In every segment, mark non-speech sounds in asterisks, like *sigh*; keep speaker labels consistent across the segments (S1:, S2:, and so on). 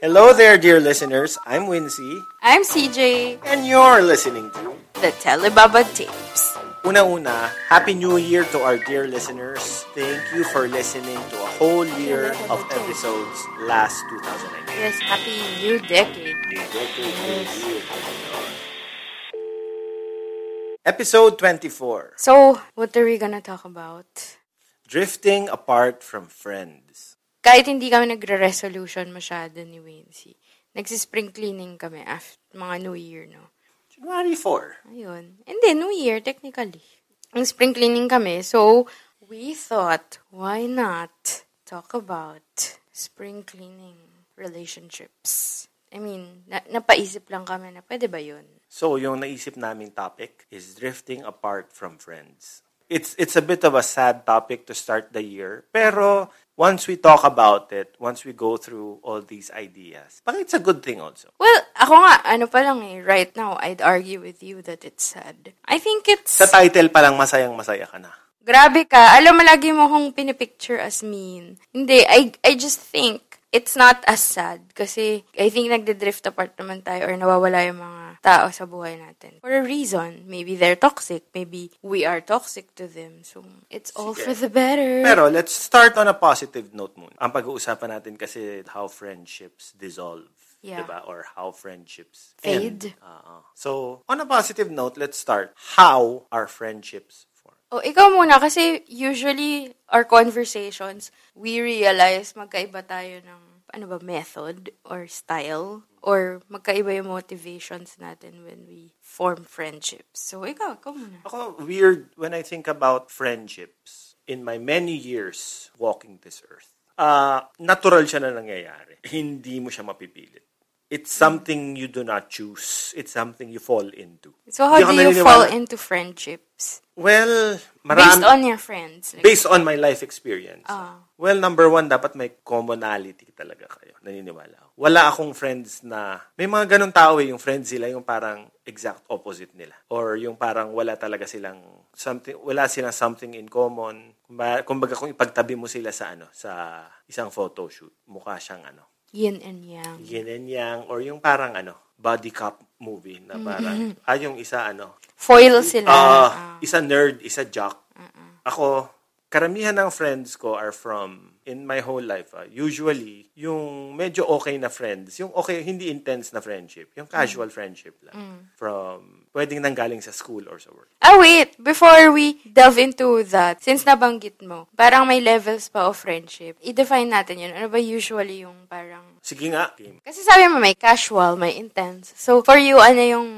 S1: Hello there, dear listeners. I'm Wincy,
S2: I'm CJ,
S1: and you're listening to
S2: the Telebaba Tapes.
S1: Una-una, Happy New Year to our dear listeners. Thank you for listening to a whole year of episodes last 2019.
S2: Yes, happy new decade.
S1: Episode 24,
S2: So, what are we gonna talk about?
S1: Drifting Apart from Friends.
S2: Kahit hindi kami nagre-resolution masyado ni Wincy, nagsispring cleaning kami after mga New Year, no?
S1: January 4.
S2: Ayun. Hindi, New Year, technically. Ang spring cleaning kami, so we thought, why not talk about spring cleaning relationships? I mean, na- napaisip lang kami na pwede ba yun?
S1: So, yung naisip naming topic is drifting apart from friends. It's it's a bit of a sad topic to start the year, pero once we talk about it, once we go through all these ideas, parang it's a good thing also.
S2: Well, ako nga, ano pa lang eh, right now, I'd argue with you that it's sad. I think it's...
S1: Sa title pa lang masayang masaya ka na.
S2: grabe ka. Alam mo, lagi mo akong pinipicture as mean. Hindi, I, I just think it's not as sad. Kasi I think nagde-drift apart naman tayo or nawawala yung mga tao sa buhay natin. For a reason. Maybe they're toxic. Maybe we are toxic to them. So, it's all for the better.
S1: Pero let's start on a positive note muna. Ang pag-uusapan natin kasi how friendships dissolve,
S2: Yeah.
S1: diba? Or how friendships
S2: Fade.
S1: End. Oo. So, on a positive note, let's start how are friendships formed.
S2: O, Oh, ikaw muna. Kasi usually, our conversations, we realize magkaiba tayo ng, ano ba, method or style or magkaiba yung motivations natin when we form friendships. So, ikaw, ikaw muna.
S1: Ako, weird when I think about friendships in my many years walking this earth. ah natural siya na nangyayari. Hindi mo siya mapipilit. It's something you do not choose. It's something you fall into.
S2: So, how do
S1: Hindi ako
S2: you fall
S1: naniniwala-
S2: into friendships?
S1: Well,
S2: Based
S1: marami,
S2: on your friends. Like,
S1: based on my life experience. Well, number one, dapat may commonality talaga kayo. Naniniwala ako. Wala akong friends na, may mga ganun tao eh, yung friends sila, yung parang exact opposite nila. Or yung parang wala talaga silang something, wala silang something in common. Kumbaga, kumbaga kung ipagtabi mo sila sa ano, sa isang photoshoot, mukha siyang ano,
S2: yin and yang.
S1: yin and yang, or yung parang ano, body cop movie na parang, ah, yung isa ano,
S2: Foil sila.
S1: Ah,
S2: Ah.
S1: isa nerd, isa jock. Ako, karamihan ng friends ko are from, in my whole life, ah, usually, yung medyo okay na friends, yung okay, hindi intense na friendship, yung casual friendship lang. From, pwedeng nanggaling sa school or sa work.
S2: Ah, wait. Before we delve into that, since nabanggit mo, parang may levels pa of friendship. I-define natin yun. Ano ba usually yung parang
S1: Sige nga, game.
S2: Kasi sabi mo, may casual, may intense. So, for you, ano yung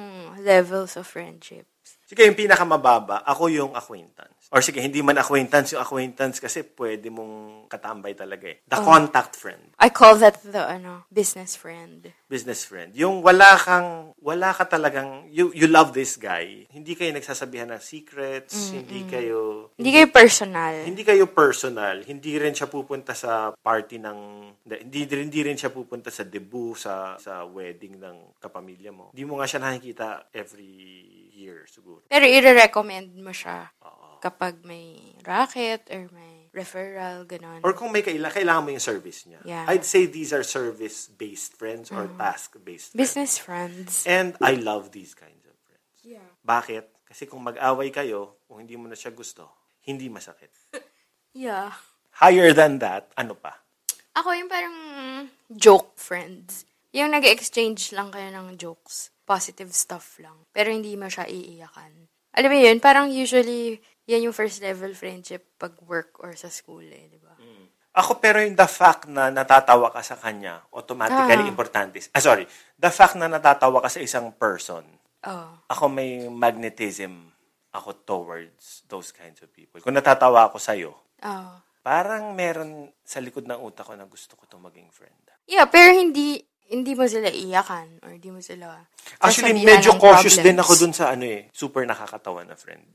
S2: levels of friendship?
S1: Sige, yung pinakamababa, ako yung acquaintance. Or sige, hindi man acquaintance, yung acquaintance kasi pwede mong katambay talaga eh. The contact friend.
S2: I call that the, ano, business friend.
S1: business friend. Yung wala kang, wala ka talagang, you, you love this guy. Hindi kayo nagsasabihan ng secrets, hindi kayo,
S2: Mm, Hindi kayo personal.
S1: hindi kayo personal. Hindi rin siya pupunta sa party ng, hindi, hindi rin siya pupunta sa debut, sa, sa wedding ng kapamilya mo. Hindi mo nga siya nakikita every year siguro.
S2: Pero i-recommend mo siya kapag may racket or may referral, ganon.
S1: Or kung may kailangan, kailangan mo yung service niya.
S2: Yeah. Mm.
S1: I'd say these are service-based friends or task-based friends.
S2: business friends.
S1: And I love these kinds of friends. Yeah. Bakit? Kasi kung mag-away kayo, kung hindi mo na siya gusto, hindi masakit.
S2: Yeah.
S1: Higher than that, ano pa?
S2: Ako yung parang joke friends. Yung nag exchange lang kayo ng jokes. Positive stuff lang. Pero hindi mo siya iiyakan. Alam mo yun, parang usually, yan yung first level friendship pag work or sa school eh, di ba?
S1: Ako pero yung the fact na natatawa ka sa kanya, automatically
S2: Ah.
S1: importante. Ah, sorry. The fact na natatawa ka sa isang person,
S2: Oh.
S1: ako may magnetism ako towards those kinds of people. Kung natatawa ako sa'yo,
S2: Oh.
S1: parang meron sa likod ng utak ko na gusto ko itong maging friend.
S2: Yeah, pero hindi hindi mo sila iyakan or hindi mo sila *laughs*
S1: Actually,
S2: sasabihan
S1: medyo
S2: ng
S1: cautious
S2: problems.
S1: din ako dun sa ano eh, super nakakatawa na friend.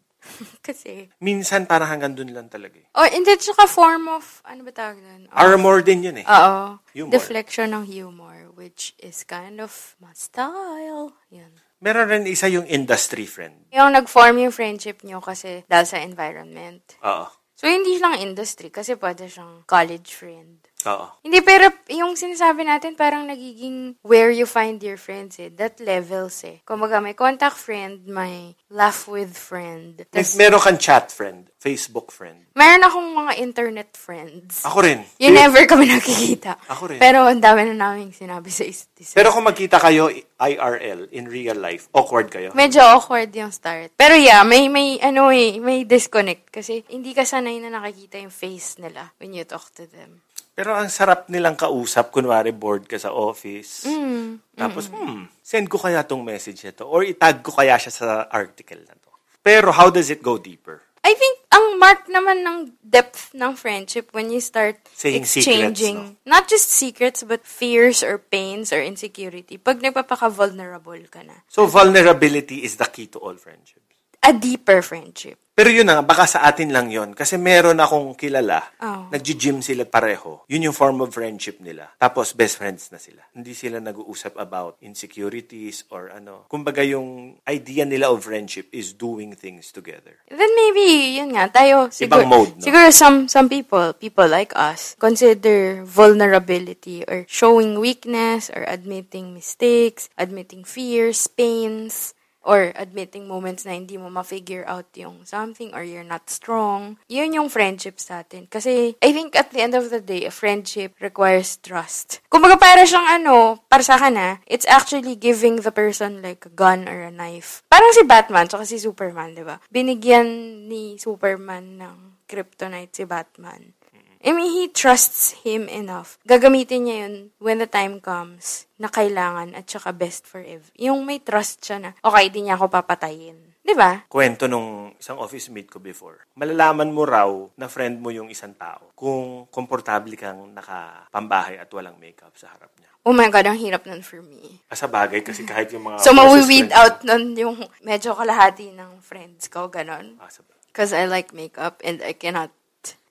S2: Kasi,
S1: Minsan parang hanggang dun lang talaga eh.
S2: or hindi, tsaka form of, ano ba tawag doon?
S1: Armor din yun eh.
S2: Oo.
S1: Humor.
S2: Deflection ng humor, which is kind of my style. Yan.
S1: Meron rin isa yung industry friend.
S2: Yung nag-form yung friendship nyo kasi dahil sa environment.
S1: Oo.
S2: So, hindi lang industry kasi pwede siyang college friend.
S1: Oo.
S2: Hindi, pero yung sinasabi natin parang nagiging where you find your friends eh. That levels eh. Kumbaga, may contact friend, may laugh with friend.
S1: May,
S2: Tas,
S1: meron kang chat friend, Facebook friend.
S2: meron akong mga internet friends.
S1: Ako rin.
S2: You never kami nakikita.
S1: Ako rin.
S2: Pero ang dami na naming sinabi sa isa't isa.
S1: Pero kung magkita kayo IRL, in real life, awkward kayo.
S2: Medyo awkward yung start. Pero yeah, may, may, ano eh, may disconnect. Kasi hindi ka sanay na nakikita yung face nila when you talk to them.
S1: Pero ang sarap nilang kausap, kunwari bored ka sa office.
S2: Mm,
S1: Tapos, hmm, send ko kaya tong message na to or itag ko kaya siya sa article na to. Pero how does it go deeper?
S2: I think ang mark naman ng depth ng friendship when you start
S1: Saying
S2: exchanging
S1: secrets,
S2: not just secrets but fears or pains or insecurity. Pag nagpapaka-vulnerable ka na.
S1: So vulnerability is the key to all friendships.
S2: A deeper friendship.
S1: Pero yun na nga, baka sa atin lang yon Kasi meron akong kilala,
S2: Oh.
S1: nag-gym sila pareho. Yun yung form of friendship nila. Tapos best friends na sila. Hindi sila nag-uusap about insecurities or ano. Kumbaga yung idea nila of friendship is doing things together.
S2: Then maybe, yun nga, tayo, siguro,
S1: Ibang mode, no?
S2: siguro some, some people, people like us, consider vulnerability or showing weakness or admitting mistakes, admitting fears, pains, or admitting moments na hindi mo ma-figure out yung something or you're not strong. Yun yung friendship sa atin. Kasi I think at the end of the day, a friendship requires trust. Kumbaga para siyang ano, para sa akin ah, it's actually giving the person like a gun or a knife. Parang si Batman, tsaka si Superman, di ba? Binigyan ni Superman ng kryptonite si Batman. I mean, he trusts him enough. Gagamitin niya yun when the time comes na kailangan at saka best for Ev. Yung may trust siya na, okay, di niya ako papatayin. Di ba?
S1: Kwento nung isang office mate ko before. Malalaman mo raw na friend mo yung isang tao kung komportable kang nakapambahay at walang makeup sa harap niya.
S2: Oh my God, ang hirap nun for me.
S1: Ah, Sa bagay kasi kahit yung mga...
S2: So,
S1: closest
S2: mawi-weed
S1: friends-
S2: out nun yung medyo kalahati ng friends ko, ganon.
S1: Ah, sa bagay.
S2: Because I like makeup and I cannot.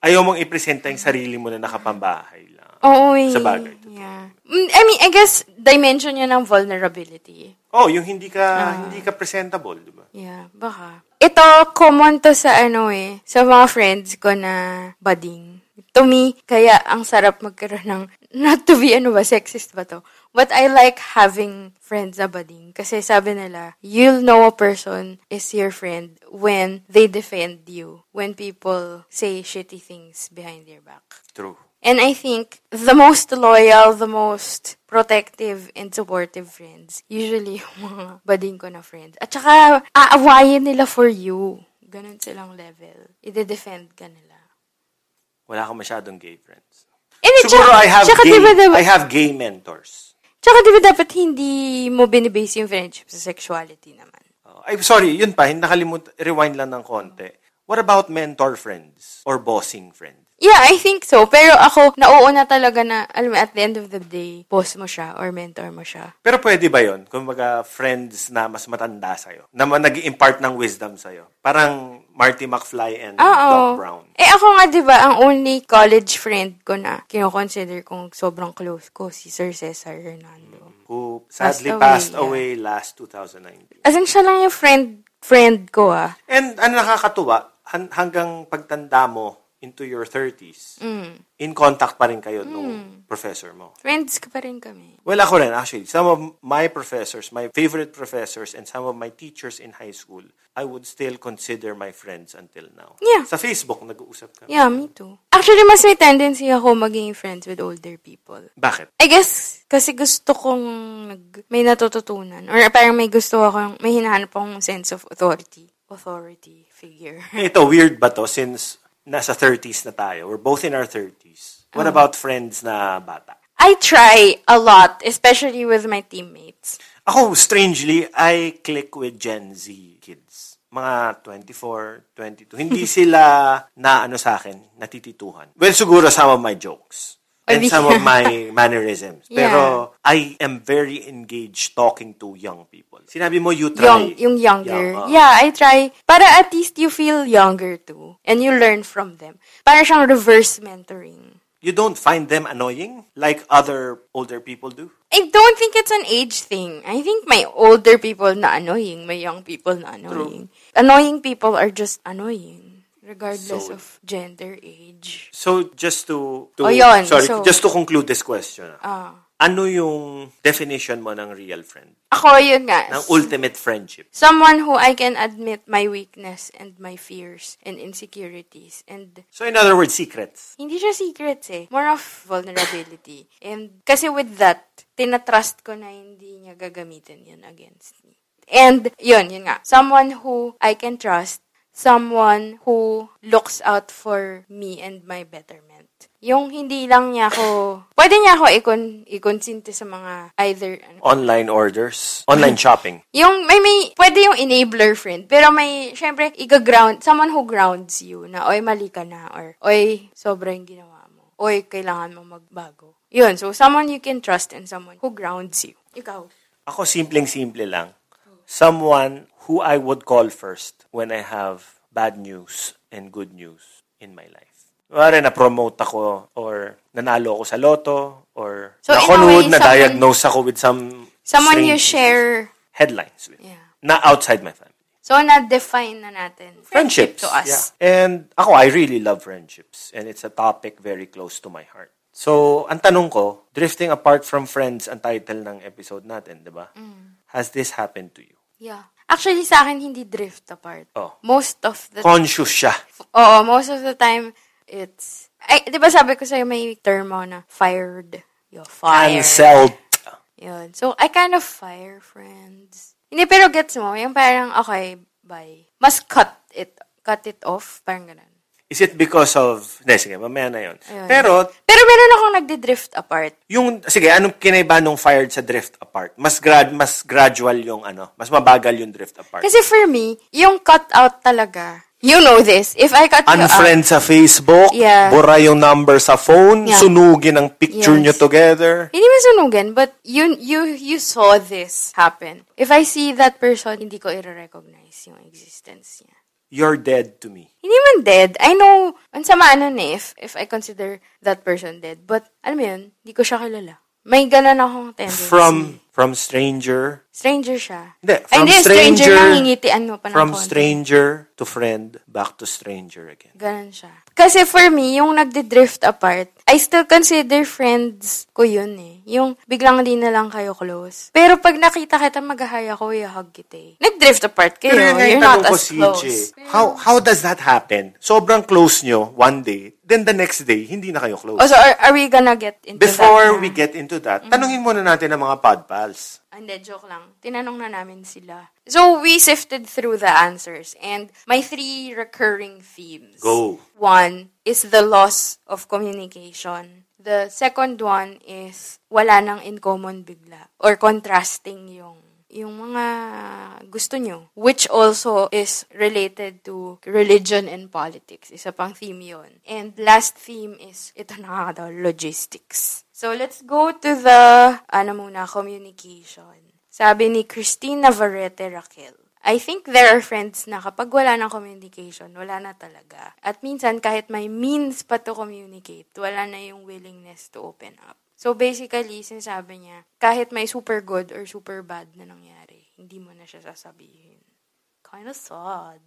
S1: Ayaw mong ipresenta yung sarili mo na nakapambahay lang.
S2: Oo, eh.
S1: Sa bagay, totoo.
S2: Yeah. Mm, I mean, I guess, dimension yun ng vulnerability.
S1: Oh, yung hindi ka
S2: Ah.
S1: hindi ka presentable, di ba?
S2: Yeah, baka. Ito, common to sa ano eh, sa mga friends ko na budding. To me, kaya ang sarap magkaroon ng, *laughs* not to be ano ba, sexist ba to? But I like having friends na budding. Kasi sabi nila, you'll know a person is your friend when they defend you. When people say shitty things behind your back.
S1: True.
S2: And I think the most loyal, the most protective and supportive friends, usually yung mga *laughs* bading ko na friends. At saka, aawayin nila for you. Ganon silang level. Ide-defend ka nila.
S1: Wala akong masyadong gay friends.
S2: And eh,
S1: Siguro
S2: tsaka-
S1: I have
S2: tsaka
S1: gay,
S2: diba, diba-
S1: I have gay mentors.
S2: Tsaka diba dapat hindi mo binibase yung friendship sa sexuality naman?
S1: Oh, I'm sorry, yun pa, hindi nakalimut, rewind lang ng konti. What about mentor friends or bossing friends?
S2: Yeah, I think so. Pero ako, nauuna talaga na, alam mo, at the end of the day, boss mo siya or mentor mo siya.
S1: Pero pwede ba yun? Kung mga friends na mas matanda sa'yo, na ma- nag-impart ng wisdom sa'yo. Parang Marty McFly and Doc
S2: Oo.
S1: Brown.
S2: Eh ako nga 'di ba, ang only college friend ko na kino-consider kong sobrang close ko si Sir Cesar Hernando.
S1: Who sadly
S2: away,
S1: passed
S2: yeah.
S1: away last 2019.
S2: As in siya lang yung friend friend ko ah.
S1: And ano nakakatuwa, han- hanggang pagtanda mo into your 30s,
S2: Mm.
S1: in contact pa rin kayo nung professor mo.
S2: Friends ka pa rin kami.
S1: Well, ako rin actually. Some of my professors, my favorite professors, and some of my teachers in high school, I would still consider my friends until now.
S2: Yeah.
S1: Sa Facebook, nag-uusap kami.
S2: Yeah, me too. Actually, mas may tendency ako maging friends with older people.
S1: Bakit?
S2: I guess, kasi gusto kong nag- may natututunan. Or parang may gusto akong, may hinahanap akong sense of authority. Authority figure. *laughs*
S1: Eh, Ito, weird ba to since nasa 30s na tayo? We're both in our 30s. What
S2: Mm.
S1: about friends na bata?
S2: I try a lot, especially with my teammates.
S1: Ako, strangely, I click with Gen Z kids. mga 24, 22.
S2: *laughs*
S1: Hindi sila na ano sa akin, natitituhan. Well, siguro some of my jokes.
S2: Ay,
S1: And
S2: di-
S1: some of my
S2: *laughs*
S1: mannerisms.
S2: Yeah.
S1: Pero I am very engaged talking to young people. Sinabi mo, you try. uh-huh.
S2: Young, yung
S1: Yeah,
S2: younger.
S1: uh,
S2: Yeah,
S1: oo.
S2: I try. Para at least you feel younger too. And you learn from them. Para siyang reverse mentoring.
S1: You don't find them annoying like other older people do?
S2: I don't think it's an age thing. I think my older people na annoying, my young people na annoying. Annoying people are just annoying. Regardless
S1: So-
S2: of gender, age.
S1: So, just to... to
S2: Oh, yun.
S1: Sorry,
S2: So-
S1: just to conclude this question. ah.
S2: Ah.
S1: Ano yung definition mo ng real friend?
S2: Ako, yun nga.
S1: Ng ultimate friendship?
S2: Someone who I can admit my weakness and my fears and insecurities. And
S1: So, in other words, secrets.
S2: hindi siya secrets eh. More of vulnerability. And kasi with that, tinatrust ko na hindi niya gagamitin yun against me. And yun, yun nga. Someone who I can trust. Someone who looks out for me and my betterment. Yung hindi lang niya ako, pwede niya ako ikon, ikonsinti sa mga either, ano,
S1: Online orders.
S2: *laughs*
S1: Online shopping.
S2: yung may may pwede yung enabler friend, pero may syempre iga-ground someone who grounds you na oy mali ka na or oy sobra yung ginawa mo. Oy kailangan mo magbago. Yun, so someone you can trust and someone who grounds you. Ikaw.
S1: Ako simpleng-simple lang. Someone who I would call first when I have bad news and good news in my life. Wala na promote ako or nanalo ako sa loto or
S2: So, in a
S1: nakonood
S2: way,
S1: na
S2: someone-
S1: diagnose ako with some
S2: Someone you
S1: strange
S2: share.
S1: headlines with.
S2: Yeah.
S1: Na outside my family.
S2: So na-define na natin.
S1: Friendships.
S2: to us.
S1: Yeah. And ako, I really love friendships. And it's a topic very close to my heart. So, ang tanong ko, drifting apart from friends ang title ng episode natin, di ba?
S2: Mm.
S1: Has this happened to you?
S2: Yeah. Actually sa akin hindi drift apart.
S1: Oh.
S2: Most of the
S1: Conscious siya.
S2: Oo, most of the time, it's... Ay, di ba sabi ko sa'yo may term mo na fired? You're fired.
S1: Cancelled.
S2: Yun. So, I kind of fire friends. Hindi, pero gets mo, yung parang, okay, bye. Mas cut it, cut it off, parang ganun.
S1: Is it because of... Hindi, sige, mamaya na yun.
S2: Ayun.
S1: Pero,
S2: Pero meron akong nagdi-drift apart.
S1: yung... Sige, anong kinaiba nung fired sa drift apart? Mas, grad, mas gradual yung ano. Mas mabagal yung drift apart.
S2: Kasi for me, yung cut out talaga, you know this, if I cut you out,
S1: Unfriend sa Facebook,
S2: uh, Yeah.
S1: bura yung number sa phone,
S2: Yeah.
S1: sunugin ang picture
S2: Yes.
S1: nyo together.
S2: Hindi masunugin, but you, you, you saw this happen. If I see that person, hindi ko i-recognize yung existence niya.
S1: You're dead to me.
S2: Hindi man dead. I know, ang sama ano na eh, if, if I consider that person dead. But, alam mo yun, hindi ko siya kilala. May ganun akong tendency.
S1: From from stranger,
S2: Stranger siya.
S1: Hindi,
S2: Ay,
S1: from
S2: hindi, stranger,
S1: stranger-
S2: nangingitian mo pa ng
S1: from
S2: konti.
S1: stranger to friend, back to stranger again.
S2: Ganun siya. Kasi for me, yung nagde-drift apart, I still consider friends ko yun eh. Yung biglang di na lang kayo close. Pero pag nakita kita, mag-hi ako, i-hug kita eh. Nag-drift apart kayo.
S1: Pero yun nga
S2: you're
S1: yung
S2: not
S1: tanong ko,
S2: as
S1: CJ.
S2: close.
S1: How, how does that happen? Sobrang close nyo one day, then the next day, hindi na kayo close.
S2: Oh, so are, are we gonna get into
S1: Before
S2: that? Mm-hmm.
S1: we get into that, tanungin muna natin ang mga pod pals.
S2: Hindi, joke lang. Tinanong na namin sila. So, we sifted through the answers and my three recurring themes.
S1: Go.
S2: One is the loss of communication. The second one is wala nang in common bigla or contrasting yung yung mga gusto nyo. Which also is related to religion and politics. Isa pang theme yun. And last theme is, ito nakakatawa, logistics. So let's go to the, ano muna, communication. Sabi ni Christina Varete Raquel. I think there are friends na kapag wala ng communication, wala na talaga. At minsan, kahit may means pa to communicate, wala na yung willingness to open up. So basically, sinasabi niya, kahit may super good or super bad na nangyari, hindi mo na siya sasabihin. Kind of sad.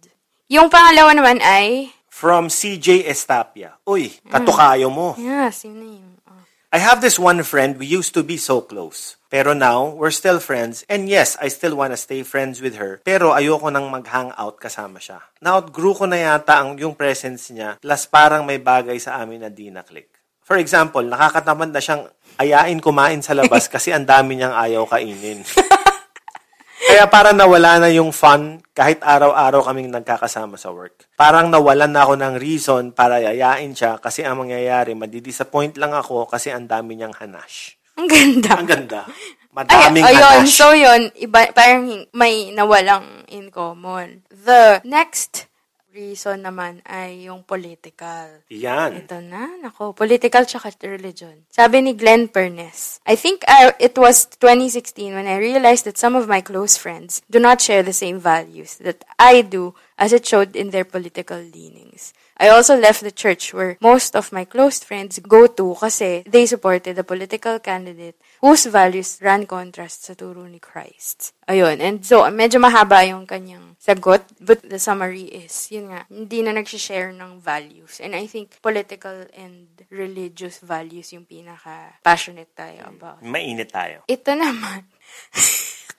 S2: Yung pangalawa naman ay,
S1: From CJ Estapia. Uy, katukayo mo.
S2: yeah, sino yun? Oh.
S1: I have this one friend, we used to be so close. Pero now, we're still friends. And yes, I still wanna stay friends with her. Pero ayoko nang mag-hangout kasama siya. Na-outgrew ko na yata ang yung presence niya. Plus parang may bagay sa amin na di na-click. For example, nakakatamad na siyang ayain kumain sa labas kasi ang dami niyang ayaw kainin. Kaya parang nawala na yung fun kahit araw-araw kaming nagkakasama sa work. Parang nawalan na ako ng reason para yayain siya kasi ang mangyayari, madidisappoint lang ako kasi ang dami niyang hanash.
S2: Ang ganda.
S1: Ang ganda. Madaming
S2: Ay, ayun,
S1: hadash.
S2: so yun, iba, parang hin- may nawalang in common. The next reason naman ay yung political.
S1: Yan.
S2: Ito na, nako. Political tsaka religion. Sabi ni Glenn Pernes, I think I, it was 2016 when I realized that some of my close friends do not share the same values that I do as it showed in their political leanings. I also left the church where most of my close friends go to kasi they supported a political candidate whose values ran contrast sa turo ni Christ. Ayun. And so, medyo mahaba yung kanyang sagot. But the summary is, yun nga, hindi na nagsishare ng values. And I think political and religious values yung pinaka-passionate tayo about.
S1: Mainit tayo.
S2: Ito naman. *laughs*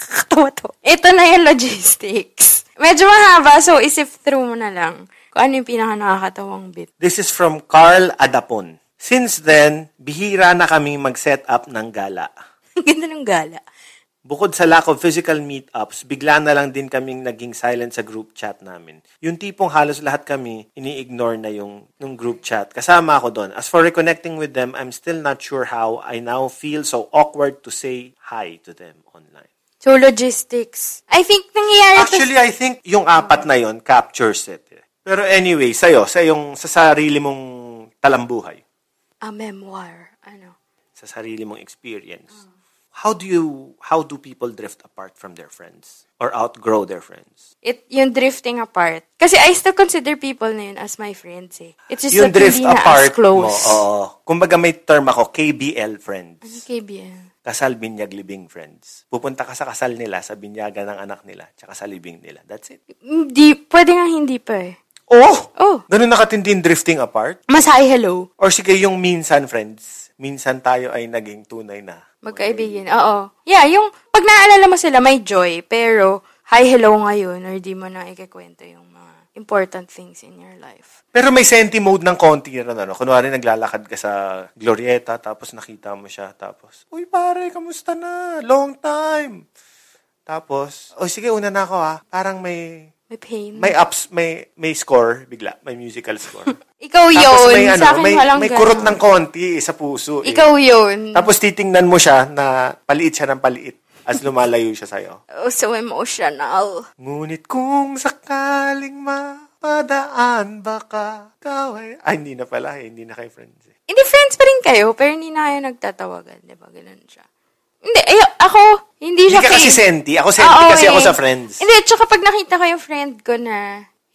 S2: Kakatawa to. Ito na yung logistics. Medyo mahaba, so isip through mo na lang kung ano yung pinaka nakakatawang bit. *laughs*
S1: This is from Carl Adapon. Since then, bihira na kami mag-set up ng gala.
S2: Ang ganda ng gala.
S1: Bukod sa lack of physical meetups, bigla na lang din kaming naging silent sa group chat namin. Yung tipong halos lahat kami, ini-ignore na yung, yung group chat. Kasama ako doon. As for reconnecting with them, I'm still not sure how I now feel so awkward to say hi to them online.
S2: So, logistics. I think nangyayari to
S1: Actually, I think yung apat na yon captures it. eh. Pero anyway, sa'yo, sa, yung, sa sarili mong talambuhay,
S2: a memoir. Ano?
S1: sa sarili mong experience, how do you, how do people drift apart from their friends? Or outgrow their friends?
S2: it yung drifting apart. Kasi I still consider people na yun as my friends eh. It's just
S1: yung
S2: that
S1: drift
S2: hindi na as
S1: apart
S2: close.
S1: mo, oo. Kumbaga may term ako, KBL friends.
S2: KBL.
S1: Kasal binyag libing friends. Pupunta ka sa kasal nila, sa binyaga ng anak nila, tsaka sa libing nila. That's it.
S2: Hindi, pwede nga hindi pa eh.
S1: Oh!
S2: Oh.
S1: Ganun nakatindi yung drifting apart?
S2: Mas hi, hello.
S1: Or sige, yung minsan friends, minsan tayo ay naging tunay na.
S2: Magkaibigan. Oo. Yeah, yung pag naalala mo sila, may joy. Pero, hi, hello ngayon or di mo na ikikwento yung mga important things in your life.
S1: Pero may senti mode ng konti rin, ano? Kunwari, naglalakad ka sa Glorieta, tapos nakita mo siya, tapos, Uy, pare, kamusta na? Long time! Tapos, oh, sige, una na ako, ha? Parang may
S2: May pain.
S1: may ups, may may score bigla, may musical
S2: *laughs*
S1: score.
S2: Ikaw
S1: Tapos
S2: yun.
S1: may ano,
S2: sa akin
S1: may,
S2: walang
S1: may
S2: ganun.
S1: kurot ng konti sa puso. eh.
S2: Ikaw yun.
S1: Tapos titingnan mo siya na paliit siya ng paliit as lumalayo siya sa'yo.
S2: Oh, so emotional.
S1: Ngunit kung sakaling mapadaan baka kaway... Ay, hindi na pala. eh. Hindi na kayo friends. eh.
S2: Hindi, friends pa rin kayo, pero hindi na kayo nagtatawagan, di ba? Ganun siya. Hindi, ay, ako, hindi
S1: Hindi
S2: siya
S1: ka kasi
S2: kay-
S1: senti. Ako senti
S2: Oo,
S1: kasi ako
S2: eh.
S1: sa friends.
S2: Hindi, tsaka pag nakita ko yung friend ko na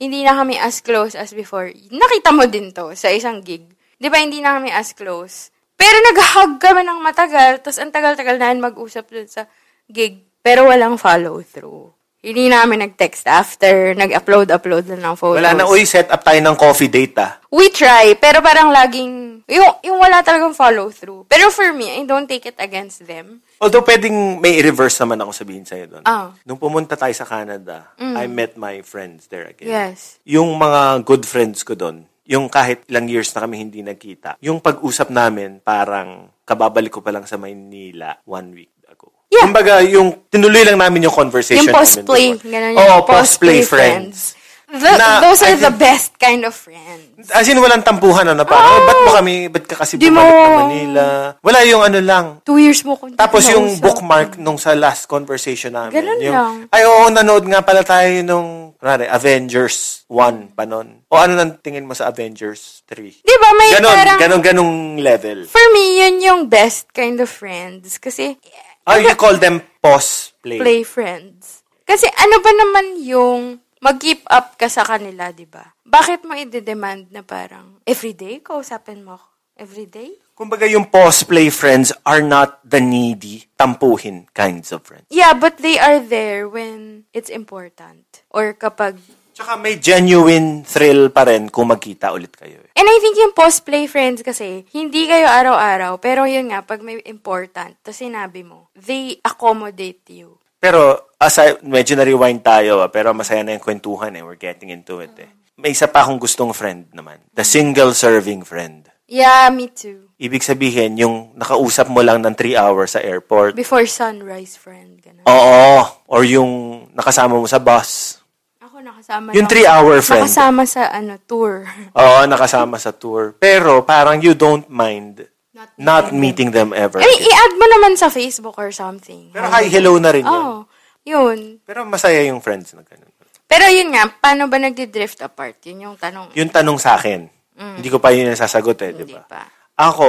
S2: hindi na kami as close as before, nakita mo din to sa isang gig. Di ba, hindi na kami as close. Pero nag-hug kami ng matagal, tapos ang tagal-tagal na yun mag-usap dun sa gig, pero walang follow-through. Hindi namin nag-text after, nag-upload-upload na ng photos.
S1: Wala na, uy, set up tayo ng coffee date, ah.
S2: We try, pero parang laging, yung, yung wala talagang follow-through. Pero for me, I don't take it against them.
S1: Although pwedeng may reverse naman ako sabihin sa'yo doon.
S2: Ah.
S1: Nung pumunta tayo sa Canada, I met my friends there again.
S2: Mm. Yes.
S1: Yung mga good friends ko doon, yung kahit ilang years na kami hindi nagkita, yung pag-usap namin parang kababalik ko pa lang sa Maynila one week ago.
S2: Yeah.
S1: Kumbaga, yung tinuloy lang namin yung conversation
S2: Yung post-play,
S1: namin.
S2: ganun
S1: Oo,
S2: yung
S1: post-play Oh, friends.
S2: The-
S1: Na,
S2: those
S1: I
S2: are the
S1: think-
S2: best kind of friends.
S1: As in, walang tampuhan, ano, parang,
S2: Ah!
S1: ba't mo kami, ba't ka kasi
S2: Di
S1: bumalik
S2: mo-
S1: na Manila? Wala yung ano lang,
S2: Two years mo kung
S1: Tapos yung
S2: kinausap.
S1: bookmark nung sa last conversation namin.
S2: Ganun
S1: yung,
S2: lang.
S1: Ay, oo, nanood nga pala tayo nung, kunwari, Avengers 1 pa nun. O ano nang tingin mo sa Avengers 3?
S2: Di ba, Diba, may
S1: Ganon,
S2: parang-
S1: ganon, ganong level.
S2: For me, yun yung best kind of friends. Kasi,
S1: Or Ah, you call them pause play.
S2: play friends. Kasi ano ba naman yung mag-keep up ka sa kanila, di ba? Bakit mo i-demand na parang, everyday, kausapin mo ako? Everyday?
S1: Kumbaga yung pause play friends are not the needy, tampuhin kinds of friends.
S2: Yeah, but they are there when it's important. Or kapag...
S1: Tsaka may genuine thrill pa rin kung magkita ulit kayo. eh.
S2: And I think yung post-play friends kasi, hindi kayo araw-araw, pero yun nga, pag may important, tapos sinabi mo, they accommodate you.
S1: Pero, aside, medyo na-rewind tayo, ah, pero masaya na yung kwentuhan eh. We're getting into it eh. May isa pa akong gustong friend naman. The single serving friend.
S2: Yeah, me too.
S1: Ibig sabihin, yung nakausap mo lang ng 3 hours sa airport.
S2: Before sunrise friend, gano'n.
S1: Oo. Or yung nakasama mo sa bus.
S2: Ako nakasama
S1: Yung
S2: lang-
S1: three-hour friend.
S2: Nakasama sa, ano, tour. *laughs*
S1: Oo, nakasama sa tour. Pero parang you don't mind
S3: Not,
S1: Not meeting them ever.
S2: I mean, i-add mo naman sa Facebook or something.
S1: Pero hi, hello na rin yun.
S2: Oh, yun.
S1: Pero masaya yung friends na ganun.
S2: Pero yun nga, paano ba nagdi-drift apart? Yun yung tanong.
S1: Yung tanong sa akin, hindi ko pa yun nasasagot eh, di
S2: Hindi
S1: ba?
S2: pa.
S1: Ako,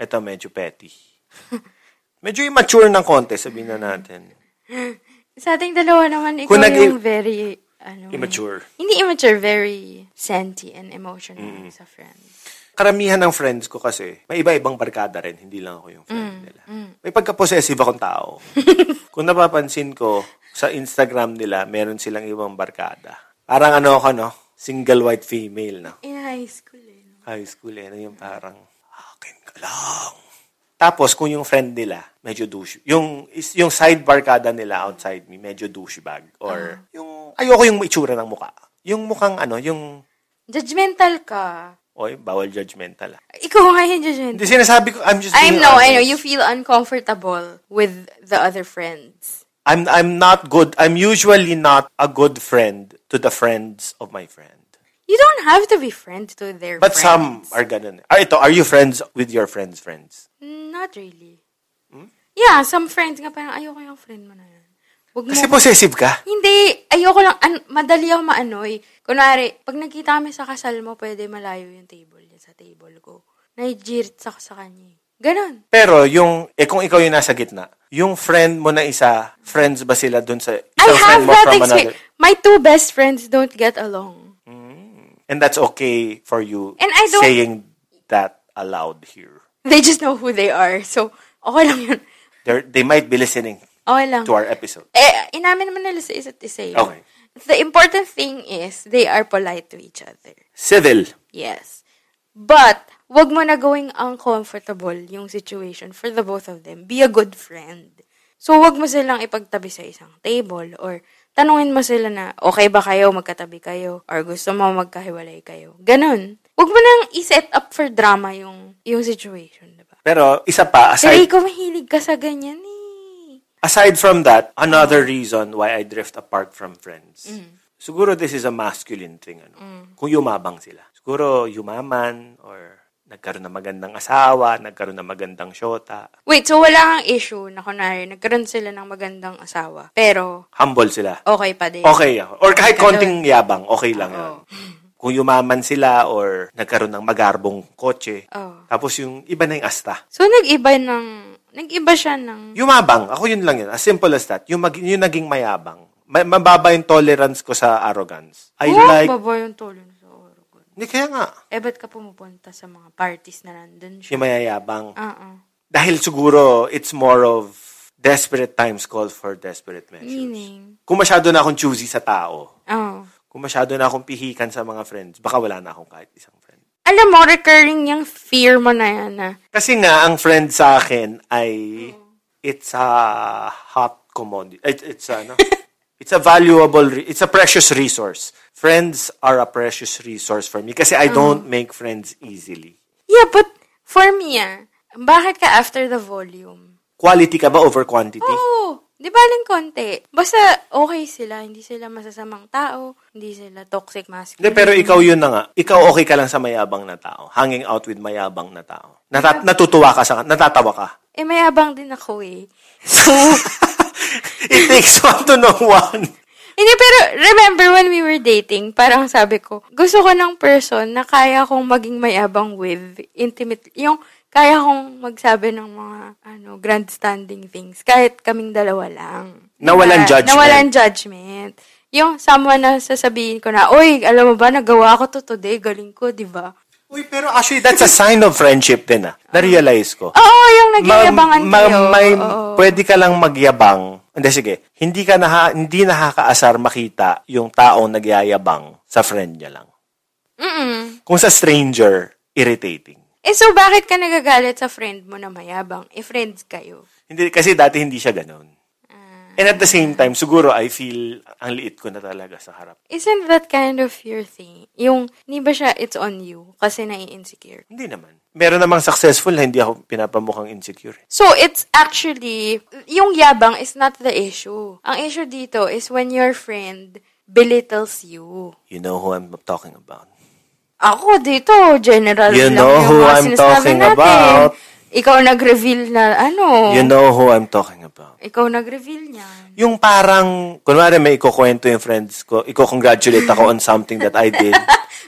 S1: eto medyo petty. medyo immature ng konti, sabihin na natin.
S2: Sa ating dalawa naman, ikaw
S1: Kung nag-
S2: yung very, ano,
S1: Immature.
S2: Hindi immature, very senti and emotional sa friends.
S1: Karamihan ng friends ko kasi, may iba-ibang barkada rin, hindi lang ako yung friend nila. May pagka-possessive akong tao. Kung napapansin ko, sa Instagram nila, meron silang ibang barkada. Parang ano ako, no? Single white female, no?
S2: In high school, eh. no?
S1: high school eh, na yung parang, akin ka lang. Tapos, kung yung friend nila, medyo douche. Yung, is- yung side barkada nila outside me, medyo douchebag.
S2: Ah.
S1: Or, yung, ayoko yung itsura ng muka. Yung mukhang ano, yung,
S2: Judgmental ka.
S1: oy, bawal judgmental. ah.
S2: Ikaw nga yung judgmental.
S1: Hindi sinasabi ko, I'm just
S2: I
S1: being
S2: know, I know.
S1: honest.
S2: You feel uncomfortable with the other friends.
S1: I'm, I'm not good, I'm usually not a good friend to the friends of my friend.
S2: You don't have to be friends to their
S1: But some
S2: friends.
S1: are ganun. Ah, ito, are you friends with your friends' friends?
S2: Mm, Not really.
S1: Hmm?
S2: Yeah, some friends nga parang ayoko yung friend mo na yan. Wag mo.
S1: Kasi possessive ka.
S2: Hindi, ayoko lang. An- madali ako maanoy. Kunwari, pag nagkita kami sa kasal mo, pwede malayo yung table niya sa table ko. Naijirit ako sa kanya. eh. Ganon.
S1: Pero yung, eh kung ikaw yung nasa gitna, yung friend mo na isa, friends ba sila dun sa
S2: I
S1: isang friend
S2: have
S1: mo
S2: that
S1: from
S2: experience.
S1: another?
S2: My two best friends don't get along.
S1: And that's okay for you
S2: And I don't-
S1: saying that aloud here.
S2: They just know who they are. So, okay lang yun.
S1: They're, they might be listening
S2: Okay lang.
S1: to our episode.
S2: Eh, inamin naman nila sa isa't isa yun.
S1: Okay.
S2: The important thing is, they are polite to each other.
S1: Civil.
S2: Yes. But, wag mo na going uncomfortable yung situation for the both of them. Be a good friend. So, wag mo silang ipagtabi sa isang table or tanungin mo sila na, okay ba kayo, magkatabi kayo, or gusto mo magkahiwalay kayo. Ganon. Wag mo nang i-set up for drama yung, yung situation, diba?
S1: Pero isa pa,
S2: Pero
S1: aside,
S2: ikaw mahilig ka sa ganyan eh.
S1: aside from that, another reason why I drift apart from friends.
S2: Mm.
S1: Siguro this is a masculine thing. Ano? Kung yumabang sila. Siguro yumaman or nagkaroon ng magandang asawa, nagkaroon ng magandang syota.
S2: Wait, so wala kang issue na kunwari, nagkaroon sila ng magandang asawa. Pero,
S1: Humble sila.
S2: okay pa din.
S1: Okay ako. Or kahit
S2: Ganun.
S1: konting yabang, okay lang yun. Kung yumaman sila or nagkaroon ng magarbong kotse,
S2: Oo.
S1: tapos yung iba na yung asta.
S2: So, nag-iba ng, nag-iba siya ng,
S1: Yumabang, ako yun lang yun. As simple as that. Yung, mag, yung naging mayabang. Ma- mababa yung tolerance ko sa arrogance. I
S2: oh,
S1: like...
S2: baba yung tulong sa Oregon.
S1: Hindi, kaya nga.
S2: Eh, ba't ka pumupunta sa mga parties na nandun siya?
S1: Yung mayayabang.
S2: Oo.
S1: Dahil siguro, it's more of desperate times call for desperate measures.
S2: Meaning?
S1: Kung masyado na akong choosy sa tao,
S2: Oo.
S1: kung masyado na akong pihikan sa mga friends, baka wala na akong kahit isang friend.
S2: Alam mo, recurring yung fear mo na yan ah. na,
S1: Kasi nga, ang friend sa akin ay it's a hot commodity. It, it's *laughs* a, ano? it's a valuable, re- it's a precious resource. Friends are a precious resource for me kasi I don't make friends easily.
S2: yeah, but for me ah, bakit ka after the volume?
S1: Quality ka ba over quantity?
S2: Oo. Di ba lang konti? Basta okay sila, hindi sila masasamang tao, hindi sila toxic
S1: Hindi,
S2: masculine.
S1: pero ikaw yun na nga. Ikaw okay ka lang sa mayabang na tao. Hanging out with mayabang na tao. Nata- natutuwa ka sa natatawa *laughs* ka.
S2: Eh, mayabang din ako eh. So,
S1: It takes one to know one.
S2: hindi, pero remember when we were dating, parang sabi ko, gusto ko ng person na kaya kong maging mayabang with, intimate, yung kaya kong magsabi ng mga, ano, grandstanding things, kahit kaming dalawa lang.
S1: Na walang
S2: Diba?
S1: judgment.
S2: Na walang judgment. Yung someone na sasabihin ko na, Uy, alam mo ba, nagawa ko to today, galing ko, di ba?
S1: Uy, pero actually, that's a sign of friendship din ah. Na-realize ko.
S2: Oo, yung nagyayabangan kayo.
S1: may,
S2: Oo.
S1: pwede ka lang magyabang. Hindi, sige. Hindi ka naha, hindi nakakaasar makita yung taong nagyayabang sa friend niya lang.
S2: Mm-mm.
S1: Kung sa stranger, irritating.
S2: Eh, so bakit ka nagagalit sa friend mo na mayabang? Eh, friends kayo.
S1: Hindi, kasi dati hindi siya ganun.
S2: Ah.
S1: And at the same time, siguro I feel ang liit ko na talaga sa harap.
S2: Isn't that kind of your thing? Yung, di ba siya, it's on you kasi nai-insecure.
S1: Hindi naman. Meron namang successful na hindi ako pinapamukhang insecure. eh.
S2: So, it's actually, yung yabang is not the issue. Ang issue dito is when your friend belittles you.
S1: You know who I'm talking about.
S2: Ako dito, general
S3: You
S2: lang
S3: know
S2: yung
S3: who
S2: mga
S3: I'm
S2: sinasabi
S3: talking
S2: natin.
S3: about.
S2: Ikaw nag-reveal na ano.
S3: You know who I'm talking about.
S2: Ikaw nag-reveal
S3: *laughs*
S2: niyan.
S1: Yung parang,
S3: Kunwari may ikukwento yung friends ko, iko-congratulate ako on something that I did.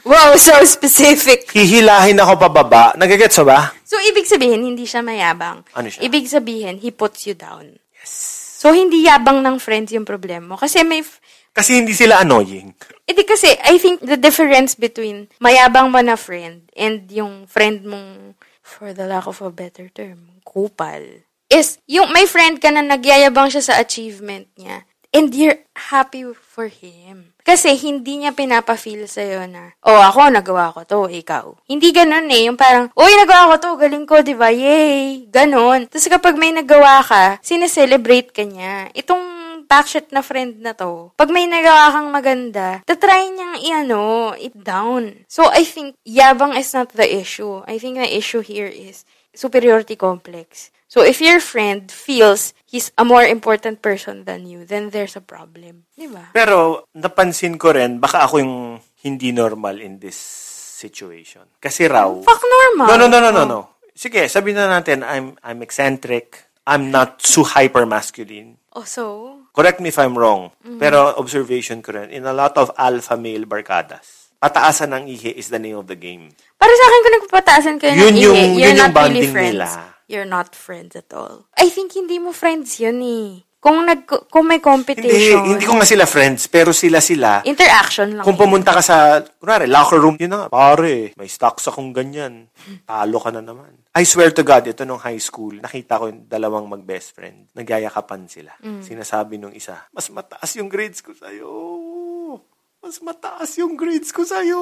S2: Wow, so specific.
S3: Hihilahin ako pababa. Nagagets mo ba?
S2: So, ibig sabihin, hindi siya mayabang.
S3: Ano siya?
S2: Ibig sabihin, he puts you down. Yes. So, hindi yabang ng friends yung problema mo. Kasi may... f-
S3: Kasi hindi sila annoying.
S2: Eh di kasi, I think the difference between mayabang mo na friend and yung friend mong, for the lack of a better term, kupal, is yung may friend ka na nagyayabang siya sa achievement niya and you're happy for him. Kasi hindi niya pinapa-feel sa'yo na, oh, ako, nagawa ko to, ikaw. Hindi ganun eh. Yung parang, uy, nagawa ko to, galing ko, di ba? Yay! Ganun. Tapos kapag may nagawa ka, sineselebrate ka niya. Itong backshot na friend na to, pag may nagawa kang maganda, tatry niyang i-ano, it-down. So, I think, yabang is not the issue. I think the issue here is superiority complex. So, if your friend feels he's a more important person than you, then there's a problem. Di ba?
S1: pero napansin ko rin, baka ako yung hindi normal in this situation. Kasi raw,
S2: Fuck normal.
S1: No, no, no, no, no, no. Sige, sabihin na natin, I'm, I'm eccentric. I'm not too hyper-masculine.
S2: Oh, so,
S1: Correct me if I'm wrong. Pero observation ko rin, in a lot of alpha male barkadas, pataasan ng ihi is the name of the game.
S2: Para sa akin, kung nagpapataasan kayo
S1: Yun
S2: ng ihi,
S1: yung-
S2: you're
S1: yun yung
S2: not really
S1: bonding
S2: friends.
S1: nila.
S2: You're not friends at all. I think hindi mo friends yun eh. Kung, nag, kung may
S1: Hindi,
S2: competition,
S1: hindi ko nga sila friends, pero sila-sila.
S2: interaction lang.
S1: Kung
S2: yun.
S1: pumunta ka sa, kunwari, locker room, yun na nga, pare, may stocks akong ganyan. Talo ka na naman. I swear to God, ito nung high school, nakita ko yung dalawang mag-best friend. Nagyayakapan sila. Sinasabi nung isa, mas mataas yung grades ko sa'yo. Mas mataas yung grades ko sa'yo.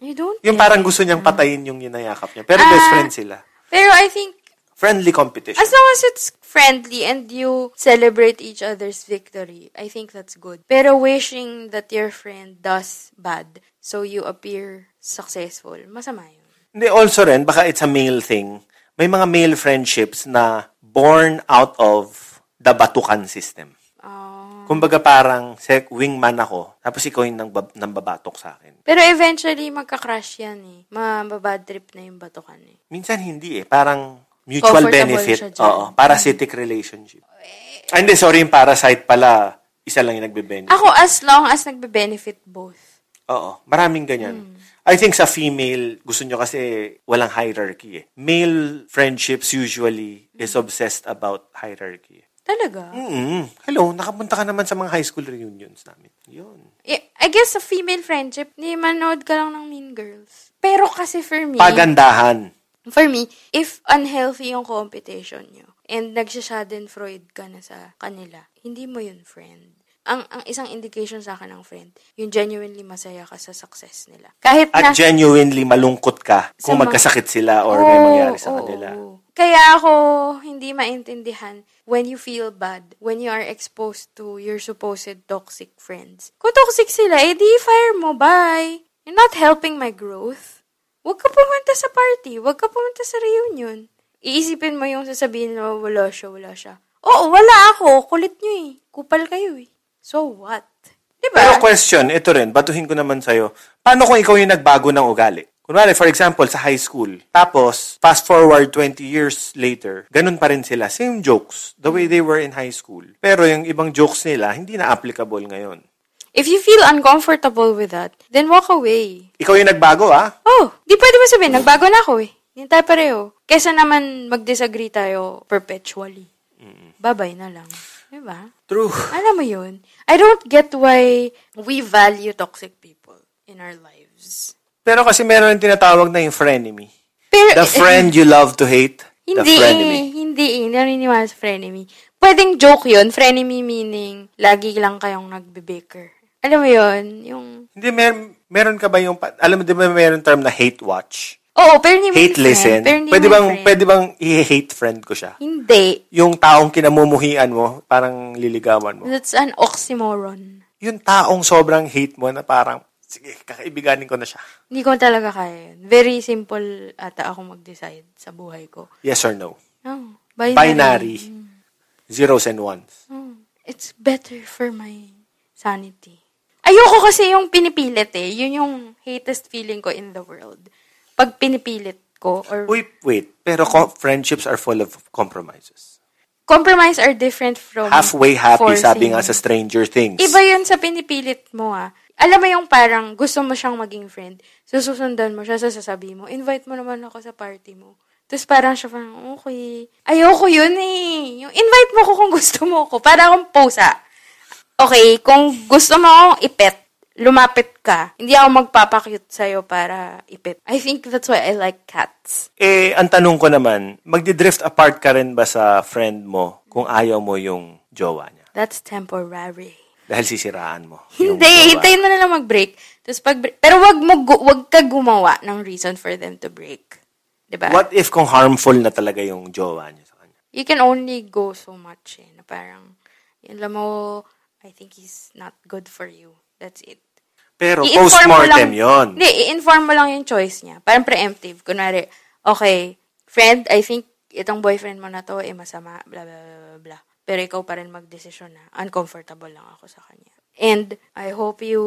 S2: You don't
S1: Yung parang gusto niyang patayin yung ninayakap niya. Pero best
S2: Ah.
S1: friend sila.
S2: Pero I think,
S1: Friendly competition.
S2: as long as it's friendly and you celebrate each other's victory, I think that's good. Pero wishing that your friend does bad so you appear successful, masama yun.
S1: Hindi, also rin, baka it's a male thing. May mga male friendships na born out of the batukan system.
S2: Ah.
S1: Kumbaga parang sec, wingman ako, tapos ikaw yung nang, bab- nang babatok sa akin.
S2: pero eventually, magka-crush yan eh. Mababad trip na yung batukan eh.
S1: Minsan hindi eh. Parang mutual
S2: Comfortable siya
S1: benefit.
S2: dyan.
S1: Oo, parasitic relationship. Ah, hindi, sorry, yung parasite pala. Isa lang yung nagbe-benefit.
S2: Ako, as long as nagbe-benefit both.
S1: Oo, maraming
S2: Hmm.
S1: ganyan. I think sa female, gusto nyo kasi walang hierarchy eh. Male friendships usually is obsessed about hierarchy.
S2: Talaga.
S1: Mm. Hello, nakapunta ka naman sa mga high school reunions namin. Yun.
S2: I, I guess sa female friendship, ni manood ka lang ng Mean Girls. Pero kasi for me...
S1: ano Pagandahan.
S2: for me, if unhealthy yung competition nyo, and nagsaschadenfreude ka na sa kanila, hindi mo yun friend. Ang, ang isang indication sa akin ng friend, yung genuinely masaya ka sa success nila. Kahit na...
S1: At genuinely malungkot ka
S2: Sa
S1: kung
S2: mga-
S1: magkasakit sila or may
S2: Oo,
S1: mangyari sa
S2: oo,
S1: kanila.
S2: oo. Kaya ako hindi maintindihan when you feel bad, when you are exposed to your supposed toxic friends. Kung toxic sila, eh di fire mo, bye. You're not helping my growth. Huwag ka pumunta sa party. Huwag ka pumunta sa reunion. Iisipin mo yung sasabihin mo, wala siya, wala siya. Oo, wala ako. Kulit nyo eh. Kupal kayo eh. So what? Diba?
S1: Pero question, ito rin, batuhin ko naman sa'yo. Paano kung ikaw yung nagbago ng ugali? Kunwari, for example, sa high school. Tapos, fast forward 20 years later, ganun pa rin sila. Same jokes, the way they were in high school. Pero yung ibang jokes nila, hindi na applicable ngayon.
S2: If you feel uncomfortable with that, then walk away.
S1: Ikaw yung nagbago, ah.
S2: Oh, di pwede mo sabihin, nagbago na ako eh. Hindi tayo pareho. Kesa naman mag-disagree tayo perpetually.
S1: Mm.
S2: Babay na lang. Diba?
S1: True.
S2: Alam mo yun? I don't get why we value toxic people in our lives.
S1: Pero kasi meron yung tinatawag na yung frenemy.
S2: Pero,
S1: The friend you love to hate. The
S2: *laughs* hindi eh,
S1: frenemy.
S2: hindi eh. Naniniwala sa frenemy. Pwedeng joke yun. Frenemy meaning, lagi lang kayong nagbe-baker. Alam mo yun? Yung,
S1: Hindi, mer- meron ka ba yung, pa- alam mo, di ba meron term na hate watch?
S2: oo, pero hindi mo
S1: hate
S2: friend.
S1: listen.
S2: Pero hindi
S1: Pwede
S2: mo
S1: bang
S2: friend.
S1: pwede bang i-hate friend ko siya?
S2: Hindi.
S1: Yung taong kinamumuhian mo, parang liligawan mo.
S2: That's an oxymoron.
S1: Yung taong sobrang hate mo na parang sige, kakaibiganin ko na siya.
S2: Hindi ko talaga kaya yun. Very simple ata ako mag-decide sa buhay ko.
S1: Yes or no?
S2: No. Binary.
S1: Binary. Zeros and ones.
S2: It's better for my sanity. I Ayoko kasi yung pinipilit eh. Yun yung hatest feeling ko in the world. Pag pinipilit ko or
S1: Uy, wait. Pero co- friendships are full of compromises.
S2: compromise are different from
S1: Halfway happy, sabi
S2: Um, forcing.
S1: nga sa Stranger Things.
S2: Iba yun sa pinipilit mo ah. Alam mo yung parang gusto mo siyang maging friend, susundan mo siya, sasasabihin mo, invite mo naman ako sa party mo. Tapos parang siya parang, okay. Ayoko yun eh. Yung invite mo ko kung gusto mo ko. Para akong posa. Okay, kung gusto mo akong ipet, lumapit ka. Hindi ako magpapakyut sa'yo para ipet. I think that's why I like cats.
S1: Eh, ang tanong ko naman, magdi-drift apart ka rin ba sa friend mo kung ayaw mo yung jowa niya?
S2: That's temporary.
S1: Dahil sisiraan mo. yung
S2: Hindi,
S1: jowa.
S2: hintayin mo na lang mag-break. Tapos pag pero wag mo gu- wag ka gumawa ng reason for them to break. 'Di ba?
S1: What if kung harmful na talaga yung jowa niya sa kanya?
S2: You can only go so much eh. Na parang yun lang mo, I think he's not good for you. That's it.
S1: Pero
S2: I-inform mo
S1: post-mortem
S2: lang-
S1: yun.
S2: Hindi, i-inform mo lang yung choice niya. Parang preemptive. Kunwari, okay, friend, I think itong boyfriend mo na to, eh, masama, bla, bla, bla, bla, bla. Pero ikaw pa rin magdesisyon na. Uncomfortable lang ako sa kanya. And I hope you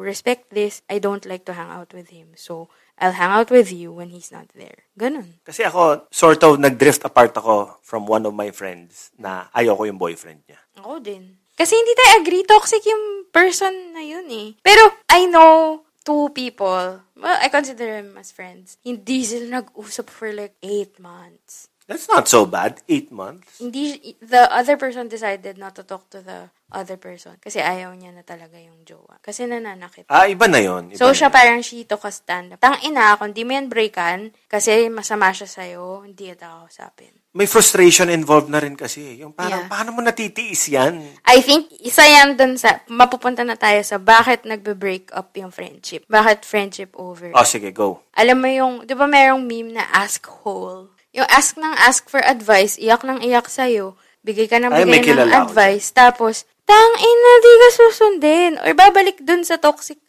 S2: respect this. I don't like to hang out with him. So, I'll hang out with you when he's not there. Ganun.
S1: Kasi ako, sort of nag-drift apart ako from one of my friends na ayoko yung boyfriend niya.
S2: Ako din. Kasi hindi tayo agree. Toxic yung person na yun eh. Pero I know two people. Well, I consider them as friends. Hindi sila nag-usap for like eight months.
S1: That's not so bad. Eight months.
S2: Hindi, the other person decided not to talk to the other person. Kasi ayaw niya na talaga yung jowa. Kasi nananakit.
S1: Ah, iba na yun. Iba na
S2: So, siya
S1: yun.
S2: parang she took a stand. Tang ina, kung di mo yan breakan, kasi masama siya sa'yo, hindi ito kakausapin.
S1: May frustration involved na rin kasi. Yung parang,
S2: Yeah.
S1: paano mo natitiis yan?
S2: I think isa yan dun sa, mapupunta na tayo sa bakit nagbe-break up yung friendship. Bakit friendship over?
S1: Oh, sige, go.
S2: Alam mo yung, di ba merong meme na ask hole? Yung ask ng ask for advice, iyak ng iyak sa'yo, bigay ka ng
S1: Ay, may
S2: bigay ng
S1: kilala ako
S2: advice, tapos, tang ina, di ka susundin. Or babalik dun sa toxic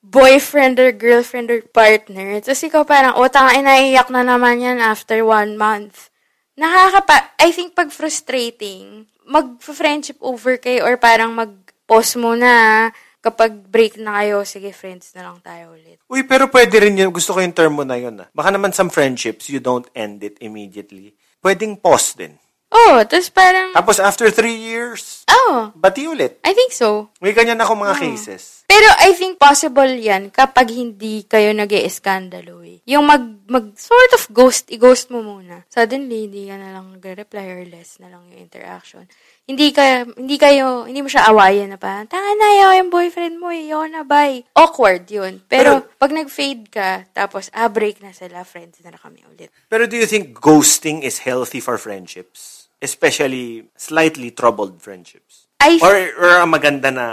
S2: boyfriend or girlfriend or partner. Tapos ikaw parang, o tang ina, iyak na naman yan after one month. Nakakapa, I think pag frustrating, mag-friendship over kayo or parang mag-pause muna kapag break na kayo, sige, friends na lang tayo ulit.
S1: Uy, pero pwede rin yun. Gusto ko yung term mo na yun. Ah. Baka naman some friendships, you don't end it immediately. Pwedeng pause din.
S2: Oh, tapos parang,
S1: Tapos after three years,
S2: oh,
S1: bati ulit.
S2: I think so.
S1: May ganyan ako mga
S2: Hmm.
S1: cases.
S2: Pero I think possible yan kapag hindi kayo nag eskandalo eh. Yung mag, mag sort of ghost, i-ghost mo muna. Suddenly, hindi ka na lang nagre-reply or less na lang yung interaction. Hindi ka, hindi kayo, hindi mo siya awayan na parang, tanga na, ayaw yung boyfriend mo, eh, ayaw na, bye. Awkward yun. Pero, pag nag-fade ka, tapos, ah, break na sila, friends na, na kami ulit.
S1: Pero do you think ghosting is healthy for friendships? Especially slightly troubled friendships?
S2: I
S1: Or, or ang maganda na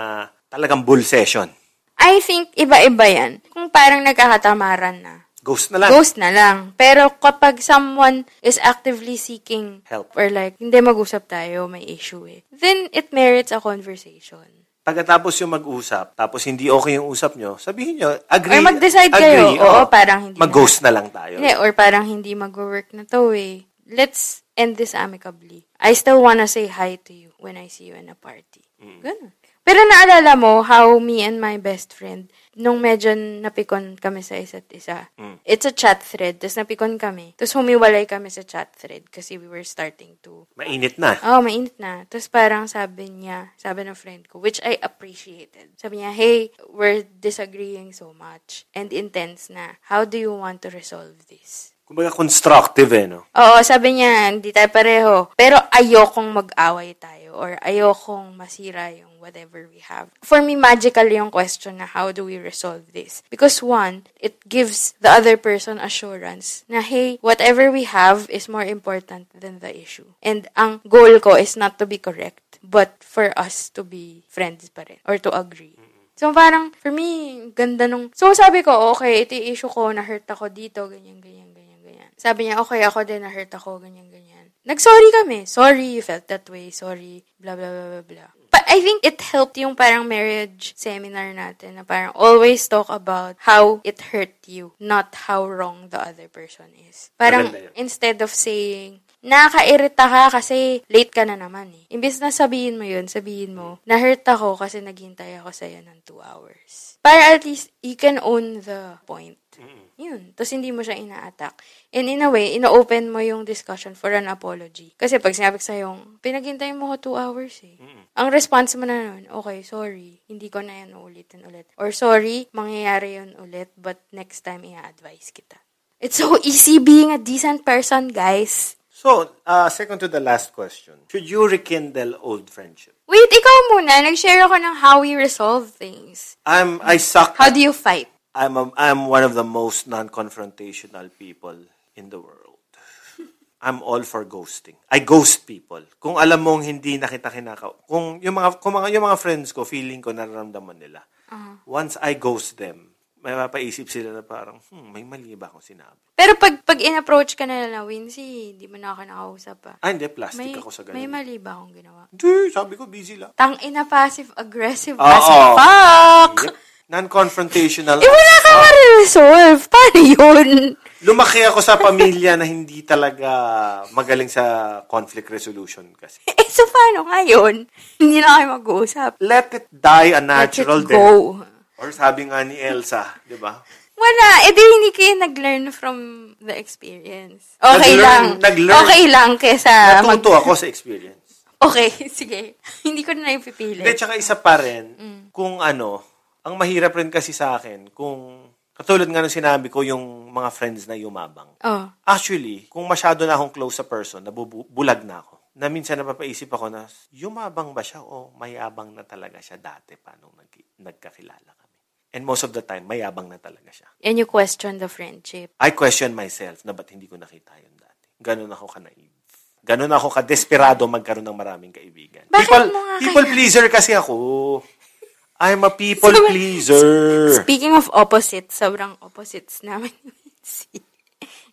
S1: talagang bull session?
S2: I think iba-iba yan. Kung parang nagkakatamaran na,
S1: Ghost na lang.
S2: Ghost na lang. Pero kapag someone is actively seeking
S1: Help.
S2: or like, hindi mag-usap tayo, may issue eh. Then it merits a conversation.
S1: Pagkatapos yung mag-usap, tapos hindi okay yung usap nyo, sabihin nyo, agree.
S2: Or mag-decide
S1: agree,
S2: kayo.
S1: oo.
S2: Oo, parang hindi na-
S1: Mag-ghost na lang tayo.
S2: Hindi, or parang hindi mag-work na to eh. Let's end this amicably. I still wanna say hi to you when I see you in a party. Ganun. Pero naalala mo how me and my best friend, nung medyo napikon kami sa isa't isa, it's a chat thread, tapos napikon kami. Tapos humiwalay kami sa chat thread kasi we were starting to
S1: Mainit na.
S2: Oh, mainit na. Tapos parang sabi niya, sabi ng friend ko, which I appreciated. Sabi niya, hey, we're disagreeing so much and intense na. How do you want to resolve this?
S1: Kumbaga constructive eh, no?
S2: Oo, sabi niya, hindi tayo pareho. Pero ayokong mag-away tayo or ayokong masira yung whatever we have. For me, magical yung question na how do we resolve this? Because one, it gives the other person assurance na hey, whatever we have is more important than the issue. And ang goal ko is not to be correct, but for us to be friends pa rin or to agree. So, parang, for me, ganda nung... So, sabi ko, okay, ito yung issue ko, na-hurt ako dito, ganyan, ganyan, ganyan ganyan. Sabi niya, okay, ako din, na-hurt ako, ganyan, ganyan. Nag-sorry kami. Sorry, you felt that way. Sorry, blah, blah, blah, blah, blah. But I think it helped yung parang marriage seminar natin na parang always talk about how it hurt you, not how wrong the other person is. Parang
S1: Maganda yun.
S2: instead of saying, Nakairita ka kasi late ka na naman eh. Imbis na sabihin mo yun, sabihin mo, na-hurt ako kasi naghintay ako sa'yo ng two hours. Para at least, you can own the point. Yun. Tapos hindi mo siya ina-attack. And in a way, ina-open mo yung discussion for an apology. Kasi pag sinabi ko sa'yong, pinaghintay mo ko two hours eh. Ang response mo na nun, okay, sorry. Hindi ko na yan ulitin ulit. Or sorry, mangyayari yun ulit, but next time i-advise kita. It's so easy being a decent person, guys.
S1: So, uh, second to the last question. Should you rekindle old friendship?
S2: Wait, ikaw muna. Nag-share ako ng how we resolve things.
S1: I'm, I suck.
S2: How do you fight?
S1: I'm, a, I'm one of the most non-confrontational people in the world. I'm all for ghosting. I ghost people. Kung alam mong hindi na kita kinaka... Kung yung mga, kung mga, yung mga friends ko, feeling ko nararamdaman nila.
S2: Uh-huh.
S1: Once I ghost them, may mapaisip sila na parang, hmm, may mali ba akong sinabi?
S2: Pero pag, pag in-approach ka na na, Wincy, hindi mo na ako nakausap pa.
S1: Ah, hindi, plastic
S2: May,
S1: ako sa ganun.
S2: may mali ba akong ginawa?
S1: Hindi, sabi ko, busy
S2: *laughs*
S1: lang.
S2: Tang ina passive-aggressive
S1: Oo.
S2: as fuck!
S1: Yep. Non-confrontational.
S2: Eh, wala
S1: Ah.
S2: kang ma-resolve. Paano yun? *laughs*
S1: Lumaki ako sa pamilya na hindi talaga magaling sa conflict resolution kasi.
S2: Eh, so paano nga yun? Hindi na kayo mag-uusap.
S1: Let it die a
S2: Let it
S1: natural
S2: go.
S1: death. Or sabi nga ni Elsa, di ba?
S2: Wala. Eh, di hindi kayo nag-learn from the experience. Okay
S1: Nag-learn-
S2: lang.
S1: nag-learn.
S2: Okay lang kesa Ah, mag-
S1: Natuto ako sa experience.
S2: Okay, *laughs* sige. hindi ko na ipipili.
S1: Hindi, tsaka isa pa rin, kung ano, ang mahirap rin kasi sa akin, kung katulad nga nung sinabi ko, yung mga friends na yumabang.
S2: Oh.
S1: Actually, kung masyado na akong close sa person, nabubulag na ako. Na minsan napapaisip ako na, yumabang ba siya o mayabang na talaga siya dati pa nung nag- nagkakilala kami. And most of the time, mayabang na talaga siya.
S2: And you question the friendship.
S1: I question myself na ba't hindi ko nakita yun dati. Ganun ako ka-naive. Ganun ako ka-desperado magkaroon ng maraming kaibigan.
S2: Bakit
S1: people,
S2: mo nga
S1: people pleaser kasi ako. I'm a people
S2: Sabi-
S1: pleaser.
S2: Speaking of opposites, sobrang opposites namin. *laughs* ni Mitzi.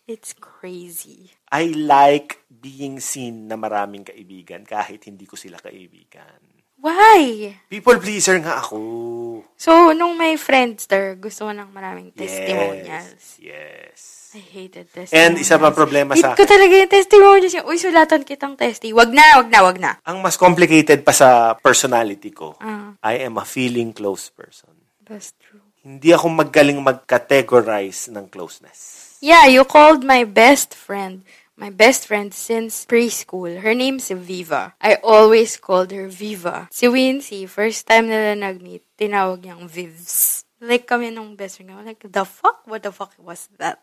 S2: It's crazy.
S1: I like being seen na maraming kaibigan kahit hindi ko sila kaibigan.
S2: Why?
S1: People pleaser nga ako.
S2: So, nung may friendster, gusto ko ng maraming testimonials.
S1: Yes. Yes.
S2: I hated testimonials.
S1: And isa pa problema sa
S2: Hate ko
S1: akin.
S2: talaga yung testimonials. Yung, Uy, sulatan kitang testi. Wag na, wag na, wag na.
S1: Ang mas complicated pa sa personality ko,
S2: Ah.
S1: I am a feeling close person.
S2: That's true.
S1: Hindi ako magaling mag-categorize ng closeness.
S2: Yeah, you called my best friend. My best friend since preschool. Her name's Viva. I always called her Viva. Si Wincy, first time nila nag-meet, tinawag niyang Vivs. Like kami nung best friend. ko. Like, the fuck? What the fuck was that?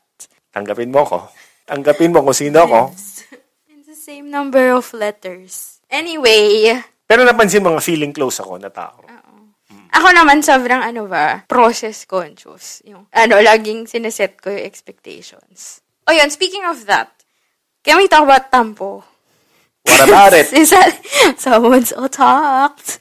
S1: Tanggapin mo ko. Tanggapin mo kung sino ako.
S2: It's the same number of letters. Anyway,
S1: Pero napansin mga feeling close ako na tao.
S2: Ako naman, sobrang ano ba, process conscious. Yung, ano, laging sineset ko yung expectations. O yun, speaking of that, can we talk about tampo?
S1: What about it?
S2: *laughs* Is that, someone's attacked?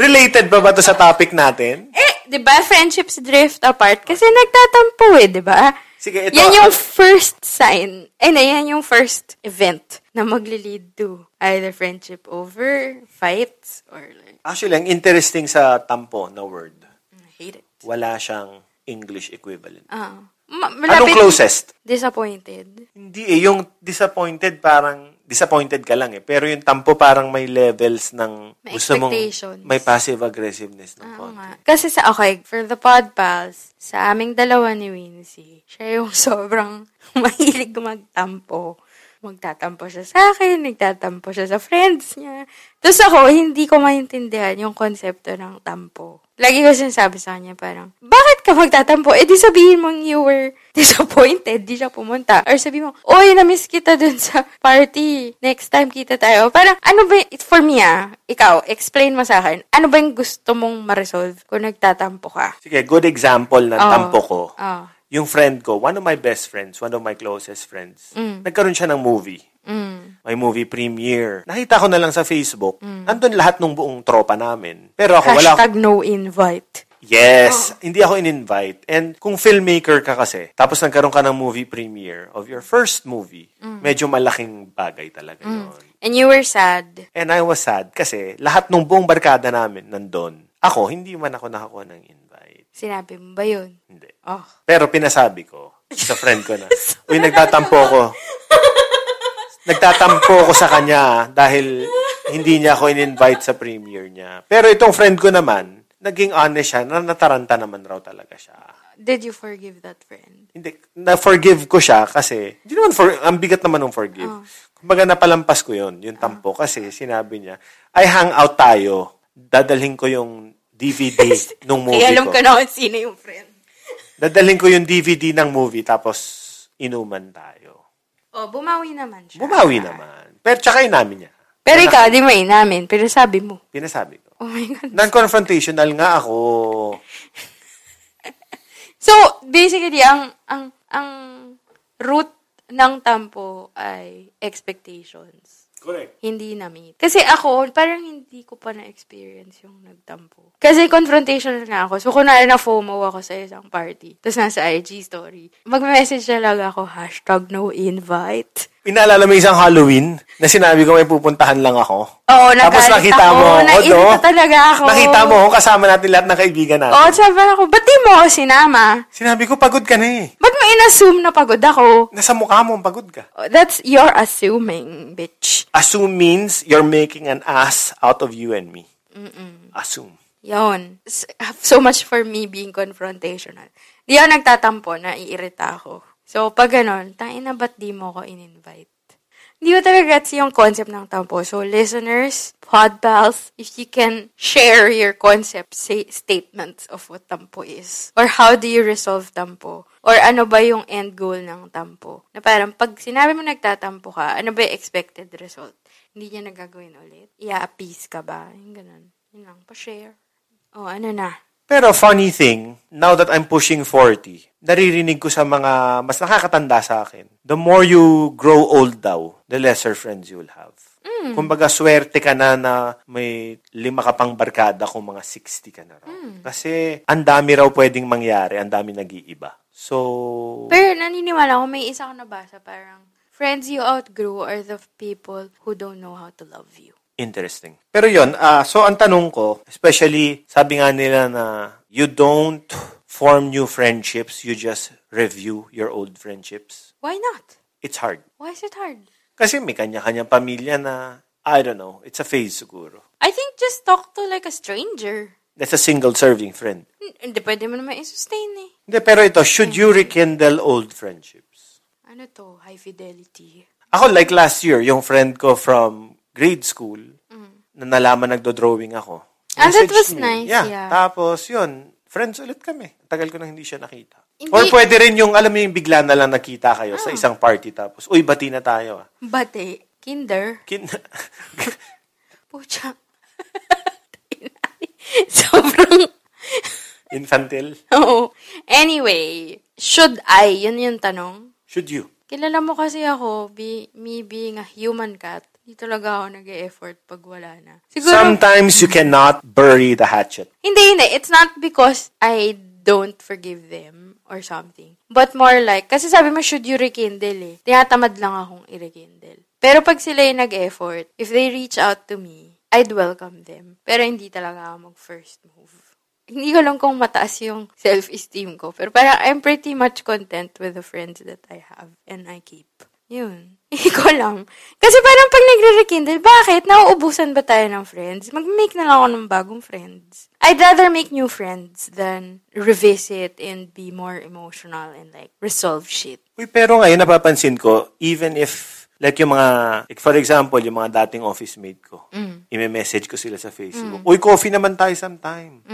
S1: Related ba ba to sa topic natin?
S2: Eh, di ba, friendships drift apart kasi nagtatampo eh, di ba?
S1: Sige, ito. ah,
S2: Yan yung first sign. Eh, na, yan yung first event na magli-lead to either friendship over, fights, or like,
S1: Actually, ang interesting sa tampo na word,
S2: I hate it.
S1: wala siyang English equivalent.
S2: Ah. Ma-
S1: Anong
S2: malapit-
S1: closest?
S2: Disappointed.
S1: Hindi eh, yung disappointed parang disappointed ka lang eh. Pero yung tampo parang may levels ng
S2: May
S1: gusto mong
S2: expectations.
S1: may passive aggressiveness ng
S2: Oo
S1: konti.
S2: nga. Kasi sa, okay, for the pod pals, sa aming dalawa ni Wincy, siya yung *laughs* sobrang mahilig magtampo. Magtatampo siya sa akin, nagtatampo siya sa friends niya. Tapos ako, hindi ko maintindihan yung konsepto ng tampo. Lagi ko sinasabi sa kanya parang, bakit ka magtatampo? Eh di sabihin mong you were *laughs* disappointed, di siya pumunta. Or sabi mo, oy, na-miss kita dun sa party. Next time kita tayo. Parang, ano ba, y- for me ah, ikaw, explain mo sa akin, ano ba yung gusto mong ma-resolve kung nagtatampo ka?
S1: Sige, good example ng
S2: Oo.
S1: tampo ko.
S2: Oo.
S1: Yung friend ko, one of my best friends, one of my closest friends,
S2: Mm.
S1: nagkaroon siya ng movie. May movie premiere. Nakita ko na lang sa Facebook, nandun lahat ng buong tropa namin. Pero ako, Oh, wala ako.
S2: Mm. Hashtag no invite.
S1: Yes, hindi ako in-invite. And kung filmmaker ka kasi, tapos nagkaroon ka ng movie premiere of your first movie, medyo malaking bagay talaga yun.
S2: And you were sad.
S1: And I was sad kasi lahat ng buong barkada namin nandun. Ako, hindi man ako nakakuha ng invite. Hmm.
S2: Sinabi mo ba yun?
S1: Hindi.
S2: Oh.
S1: Pero pinasabi ko, sa friend ko na. Uy, nagtatampo ko. Nagtatampo ko sa kanya dahil hindi niya ako in-invite sa premiere niya. Pero itong friend ko naman, naging honest siya, na nataranta naman raw talaga siya.
S2: Did you forgive that friend?
S1: Hindi, na-forgive ko siya kasi, hindi naman, for, ang bigat naman ng forgive.
S2: Oh.
S1: Kumbaga napalampas ko yun, yung tampo. Kasi sinabi niya, ay hang out tayo. Dadalhin ko yung
S2: *laughs*
S1: DVD nung movie
S2: Kaya
S1: ko.
S2: alam ko na kung sino yung friend.
S1: Dadalhin ko yung DVD ng movie tapos inuman tayo.
S2: Oh, bumawi naman siya.
S1: Bumawi naman. Pero tsaka inamin niya.
S2: Pero ikaw, di mo inamin. Pero sabi mo.
S1: Pinasabi ko.
S2: Oh my God.
S1: Non-confrontational nga ako.
S2: So, basically, ang, ang, ang root ng tampo ay expectations.
S1: Correct.
S2: Hindi na-meet. Kasi ako, parang hindi ko pa na-experience yung nagtampo. Kasi confrontational nga ako. So, kunwari na FOMO ako sa isang party. Tapos nasa IG story. Mag-message talaga ako, hashtag no invite.
S1: Inaalala mo isang Halloween na sinabi ko may pupuntahan lang ako.
S2: Oo,
S1: Tapos
S2: nagalit
S1: nakita
S2: ako.
S1: mo ako,
S2: Nainita
S1: no?
S2: talaga ako. Oh.
S1: Nakita mo ako, kasama natin lahat ng kaibigan
S2: Oo,
S1: natin.
S2: sabi ako, ba't di mo ako sinama?
S1: Sinabi ko, pagod ka na eh.
S2: Ba't mo inassume na pagod ako?
S1: Nasa mukha mo, pagod ka.
S2: Oh, That's your assuming, bitch.
S1: Assume means you're making an ass out of you and me. Assume.
S2: Yun. S- So much for me being confrontational. Di ako nagtatampo, naiirita ako. So, pag ganun, tangin na ba't di mo ko in-invite? Hindi ko talaga gets yung concept ng tampo. So, listeners, pod pals, if you can share your concept, say, statements of what tampo is. Or how do you resolve tampo? Or ano ba yung end goal ng tampo? Na parang pag sinabi mo nagtatampo ka, ano ba yung expected result? Hindi niya nagagawin ulit? Ia-appease ka ba? Yung ganun. Yun lang, pa-share. O, ano na?
S1: Pero funny thing, now that I'm pushing 40, naririnig ko sa mga mas nakakatanda sa akin, the more you grow old daw, the lesser friends you'll have. Kumbaga, swerte ka na na may lima ka pang barkada kung mga 60 ka na raw. Kasi, ang dami raw pwedeng mangyari, ang dami nag-iiba. So,
S2: Pero naniniwala ako, may isa akong nabasa, parang, friends you outgrew are the people who don't know how to love you.
S1: Interesting. Pero yun, ah, so ang tanong ko, especially sabi nga nila na you don't form new friendships, you just review your old friendships.
S2: Why not?
S1: It's hard.
S2: Why is it hard?
S1: Kasi may kanya-kanyang pamilya na, I don't know, it's a phase siguro.
S2: I think just talk to like a stranger.
S1: That's a single serving friend.
S2: Hin- Hindi, pwede mo naman i-sustain eh.
S1: Hindi, pero ito, should you rekindle old friendships?
S2: Ano to? High fidelity.
S1: Ako, like last year, yung friend ko from grade school, na nalaman nagdo-drawing ako.
S2: Mm. Ah, that
S1: messaged
S2: was
S1: me.
S2: nice, yeah.
S1: Tapos, yun, friends ulit kami. Tagal ko na hindi siya nakita.
S2: Hindi- Ah.
S1: Or pwede rin yung, alam mo yung bigla na lang nakita kayo sa isang party tapos, uy, bati na tayo. ah."
S2: But eh, kinder.
S1: Kin- *laughs*
S2: Pucha. *laughs* Sobrang, *laughs*
S1: Infantil.
S2: oo. Anyway, should I? Yun yung tanong.
S1: Should you?
S2: Kilala mo kasi ako, be, me being a human cat, hindi talaga ako nag effort pag wala na. Siguro,
S1: Sometimes you cannot bury the hatchet.
S2: Hindi, hindi. It's not because I don't forgive them or something. But more like, kasi sabi mo, should you rekindle eh. Tinatamad lang akong i-rekindle. Pero pag sila yung nag-effort, if they reach out to me, I'd welcome them. Pero hindi talaga ako mag-first move. Hindi ko lang kung mataas yung self-esteem ko. Pero parang I'm pretty much content with the friends that I have and I keep. Yun. *laughs* Hindi ko alam. Kasi parang pag nagre-rekindle, bakit? Nauubusan ba tayo ng friends? Mag-make na lang ako ng bagong friends. I'd rather make new friends than revisit and be more emotional and like resolve shit.
S1: Uy, pero ngayon napapansin ko, even if, like yung mga, like for example, yung mga dating office mate ko, ime-message ko sila sa Facebook, uy, coffee naman tayo sometime.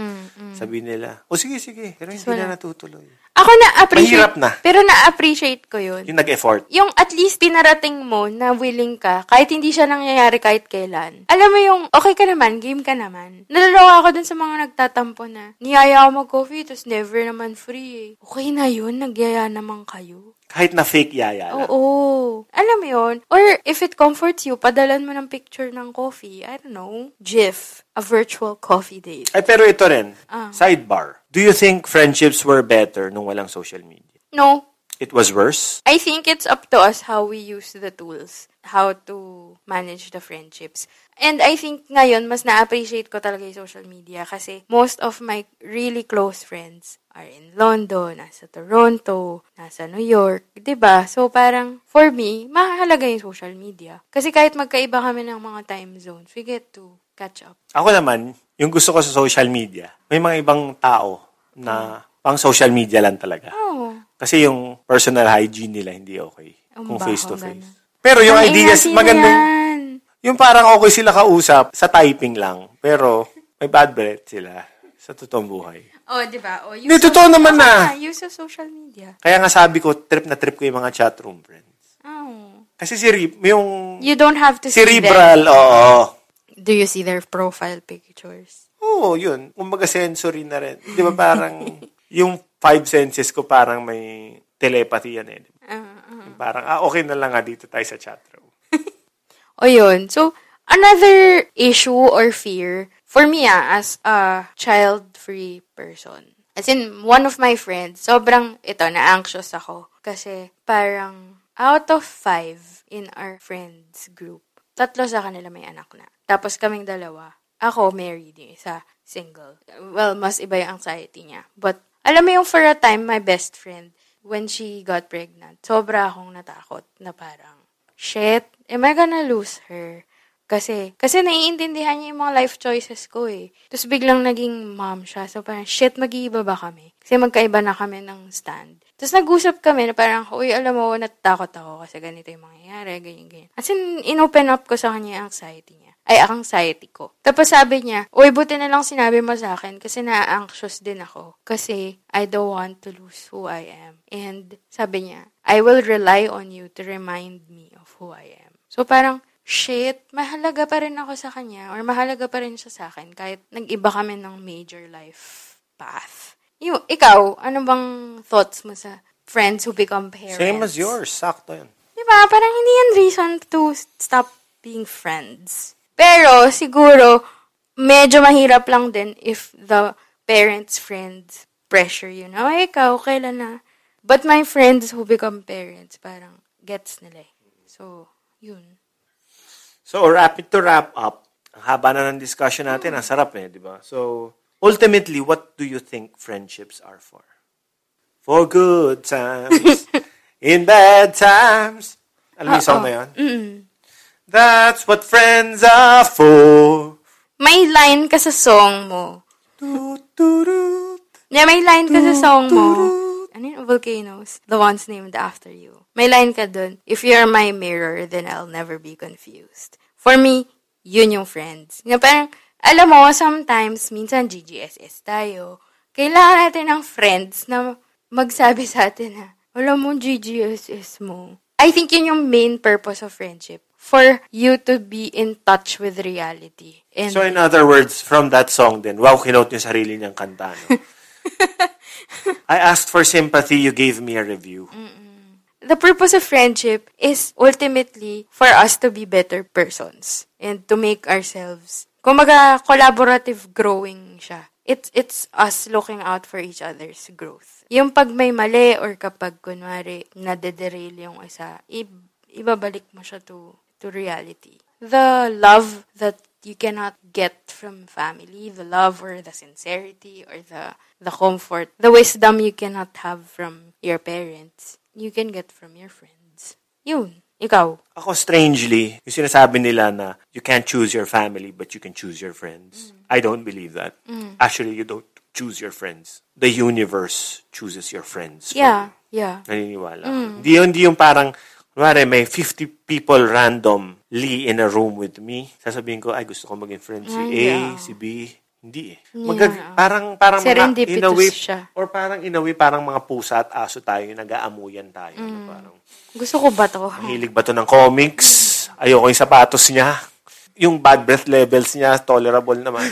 S1: Sabi nila, o sige, sige, pero hindi na natutuloy.
S2: Ako na-appreciate.
S1: Mahirap na.
S2: Pero na-appreciate ko yun.
S1: Yung nag-effort.
S2: yung at least pinarating mo na willing ka, kahit hindi siya nangyayari kahit kailan. Alam mo yung, okay ka naman, game ka naman. Nalalawa ako dun sa mga nagtatampo na, niyaya ako mag-coffee, tapos never naman free eh. Okay na yun, nagyaya naman kayo.
S1: Kahit na fake yaya lang.
S2: Oo. Alam mo yun? Or if it comforts you, padalan mo ng picture ng coffee. I don't know. GIF. A virtual coffee date.
S1: Ay, pero ito rin, sidebar. Do you think friendships were better nung walang social media?
S2: No.
S1: It was worse.
S2: I think it's up to us how we use the tools, how to manage the friendships. And I think ngayon, mas na-appreciate ko talaga yung social media kasi most of my really close friends are in London, nasa Toronto, nasa New York, 'di ba? So parang for me, mahalaga yung social media. Kasi kahit magkaiba kami ng mga time zones, we get to catch up.
S1: Ako naman, yung gusto ko sa social media, may mga ibang tao na pang social media lang talaga.
S2: Oh,
S1: Kasi yung personal hygiene nila hindi okay.
S2: Ang
S1: Kung
S2: baho,
S1: face to face.
S2: ganun.
S1: Pero yung
S2: Ang
S1: ideas,
S2: ingay nila
S1: magandang,
S2: yan.
S1: yung parang okay sila kausap sa typing lang. Pero may bad breath sila sa totoong buhay.
S2: Oh, 'di ba? Oh, use
S1: Hindi,
S2: of-
S1: totoo naman na.
S2: Ah, use of social media.
S1: Kaya nga sabi ko, trip na trip ko yung mga chatroom friends.
S2: Oh.
S1: Kasi si Rib, yung
S2: You don't have to
S1: cerebral, oo.
S2: see them. Do you see their profile pictures?
S1: Oo, yun. Kumbaga sensory na rin. Di ba
S2: *laughs*
S1: parang, yung five senses ko parang may telepathy yan eh.
S2: Uh, uh.
S1: Parang, ah, okay na lang nga dito tayo sa chatroom.
S2: O Oh, yun. So, another issue or fear, for me ah, as a child-free person. As in, one of my friends, sobrang, ito, na-anxious ako. Kasi, parang, out of five in our friends group, tatlo sa kanila may anak na. Tapos kaming dalawa, ako married yung isa, single. Well, mas iba yung anxiety niya. But, alam mo yung for a time, my best friend, when she got pregnant, sobra akong natakot na parang, shit, am I gonna lose her? Kasi, kasi naiintindihan niya yung mga life choices ko eh. Tapos biglang naging mom siya. So parang, shit, mag-iiba ba kami? Kasi magkaiba na kami ng stand. Tapos nag-usap kami na parang, uy, alam mo, natatakot ako kasi ganito yung mangyayari, ganyan, ganyan. As in, in-open up ko sa kanya yung anxiety niya ay ang anxiety ko. Tapos sabi niya, Uy, buti na lang sinabi mo sa akin kasi na-anxious din ako. Kasi I don't want to lose who I am. And sabi niya, I will rely on you to remind me of who I am. So parang, shit, mahalaga pa rin ako sa kanya or mahalaga pa rin siya sa akin kahit nag-iba kami ng major life path. Yung, ikaw, ano bang thoughts mo sa friends who become parents?
S1: Same as yours. Sakto yun.
S2: Di ba? Diba? Parang hindi yan reason to stop being friends. Pero, siguro, medyo mahirap lang din if the parents' friends pressure you na, ay, ikaw, kailan na? But my friends who become parents, parang gets nila eh. So, yun.
S1: So, wrap it to wrap up. Ang haba na ng discussion natin. Ang sarap eh, di ba? So, ultimately, what do you think friendships are for? For good
S2: *laughs*
S1: times. in bad times. Alam mo yung song na yun? That's what friends are for.
S2: May line ka sa song mo.
S1: Toot, toot,
S2: Yeah, may line ka sa song mo. Ano yun? Volcanoes. The ones named after you. May line ka dun. If you're my mirror, then I'll never be confused. For me, yun yung friends. Nga parang, alam mo, sometimes, minsan GGSS tayo. Kailangan natin ng friends na magsabi sa atin na, alam mo, GGSS mo. I think yun yung main purpose of friendship. For you to be in touch with reality. And
S1: So in other words, from that song din, wow, kinote yung sarili niyang kanta.
S2: *laughs*
S1: No? I asked for sympathy, you gave me a review.
S2: the purpose of friendship is ultimately for us to be better persons and to make ourselves kumaga collaborative growing siya. It's it's us looking out for each other's growth. Yung pag may mali or kapag kunwari nadederail yung isa, i- ibabalik mo siya to to reality. The love that you cannot get from family, the love or the sincerity or the the comfort, the wisdom you cannot have from your parents, you can get from your friends. Yun, ikaw.
S1: Ako strangely, yung sinasabi nila na you can't choose your family but you can choose your friends. I don't believe that.
S2: Mm.
S1: Actually, you don't choose your friends. The universe chooses your friends. for
S2: Yeah, Mm. yeah.
S1: Naniniwala. ako. Hindi yun, hindi yung parang, kunwari, may 50 people randomly in a room with me. Sasabihin ko, ay, gusto ko maging friend si A,
S2: Ay, Ah, yeah.
S1: si B. Hindi eh. Magag- parang, parang
S2: Serendipitous
S1: in a way,
S2: siya.
S1: or parang in a way, parang mga pusa at aso tayo, nag-aamuyan tayo. na
S2: Mm.
S1: Parang,
S2: Gusto ko ba to?
S1: hilig ba to ng comics? Ayoko yung sapatos niya. Yung bad breath levels niya, tolerable naman.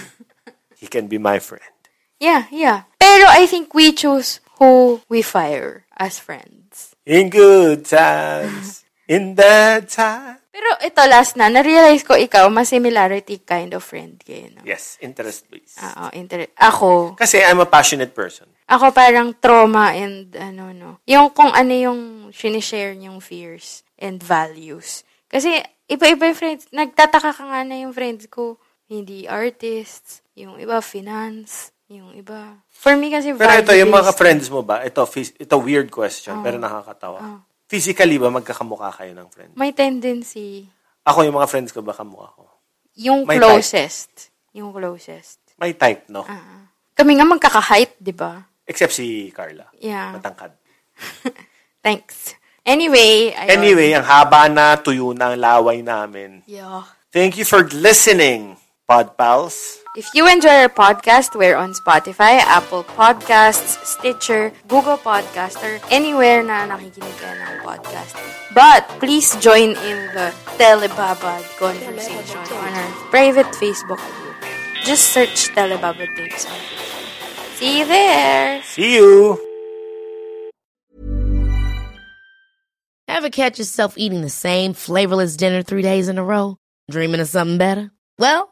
S1: He can be my friend.
S2: Yeah, yeah. Pero I think we choose who we fire as friends.
S1: In good times, in bad times.
S2: Pero ito last na, na-realize ko ikaw, mas similarity kind of friend kayo, no? Ah.
S1: Yes, interest based.
S2: Oo, inter- ako,
S1: Kasi I'm a passionate person.
S2: Ako parang trauma and ano, no. Yung kung ano yung sinishare niyong fears and values. Kasi iba-iba yung friends. Nagtataka ka nga na yung friends ko. Hindi artists. Yung iba, finance. Yung iba. For me kasi,
S1: Pero ito, yung mga
S2: value-based.
S1: friends mo ba? Ito, phys- ito weird
S2: Ah.
S1: question, pero nakakatawa. Physically ba magkakamukha kayo ng friend?
S2: May tendency.
S1: Ako, yung mga friends ko ba kamukha ko?
S2: Yung
S1: May
S2: closest. Yung closest.
S1: May type, no?
S2: Ah. Kami nga magkaka-height, di ba?
S1: Except si Carla.
S2: Yeah.
S1: Matangkad.
S2: Thanks. Anyway, ayun.
S1: Anyway, ang haba na, tuyo na ang laway namin.
S2: Yeah.
S1: Thank you for listening, Pod Pals.
S2: If you enjoy our podcast, we're on Spotify, Apple Podcasts, Stitcher, Google Podcasts, or anywhere na nakikinig kayo ng podcast. But please join in the Telebabad conversation on our private Facebook group. Just search Telebabad Tapes on Facebook. See you there!
S1: See you!
S4: Ever catch yourself eating the same flavorless dinner three days in a row? Dreaming of something better? Well,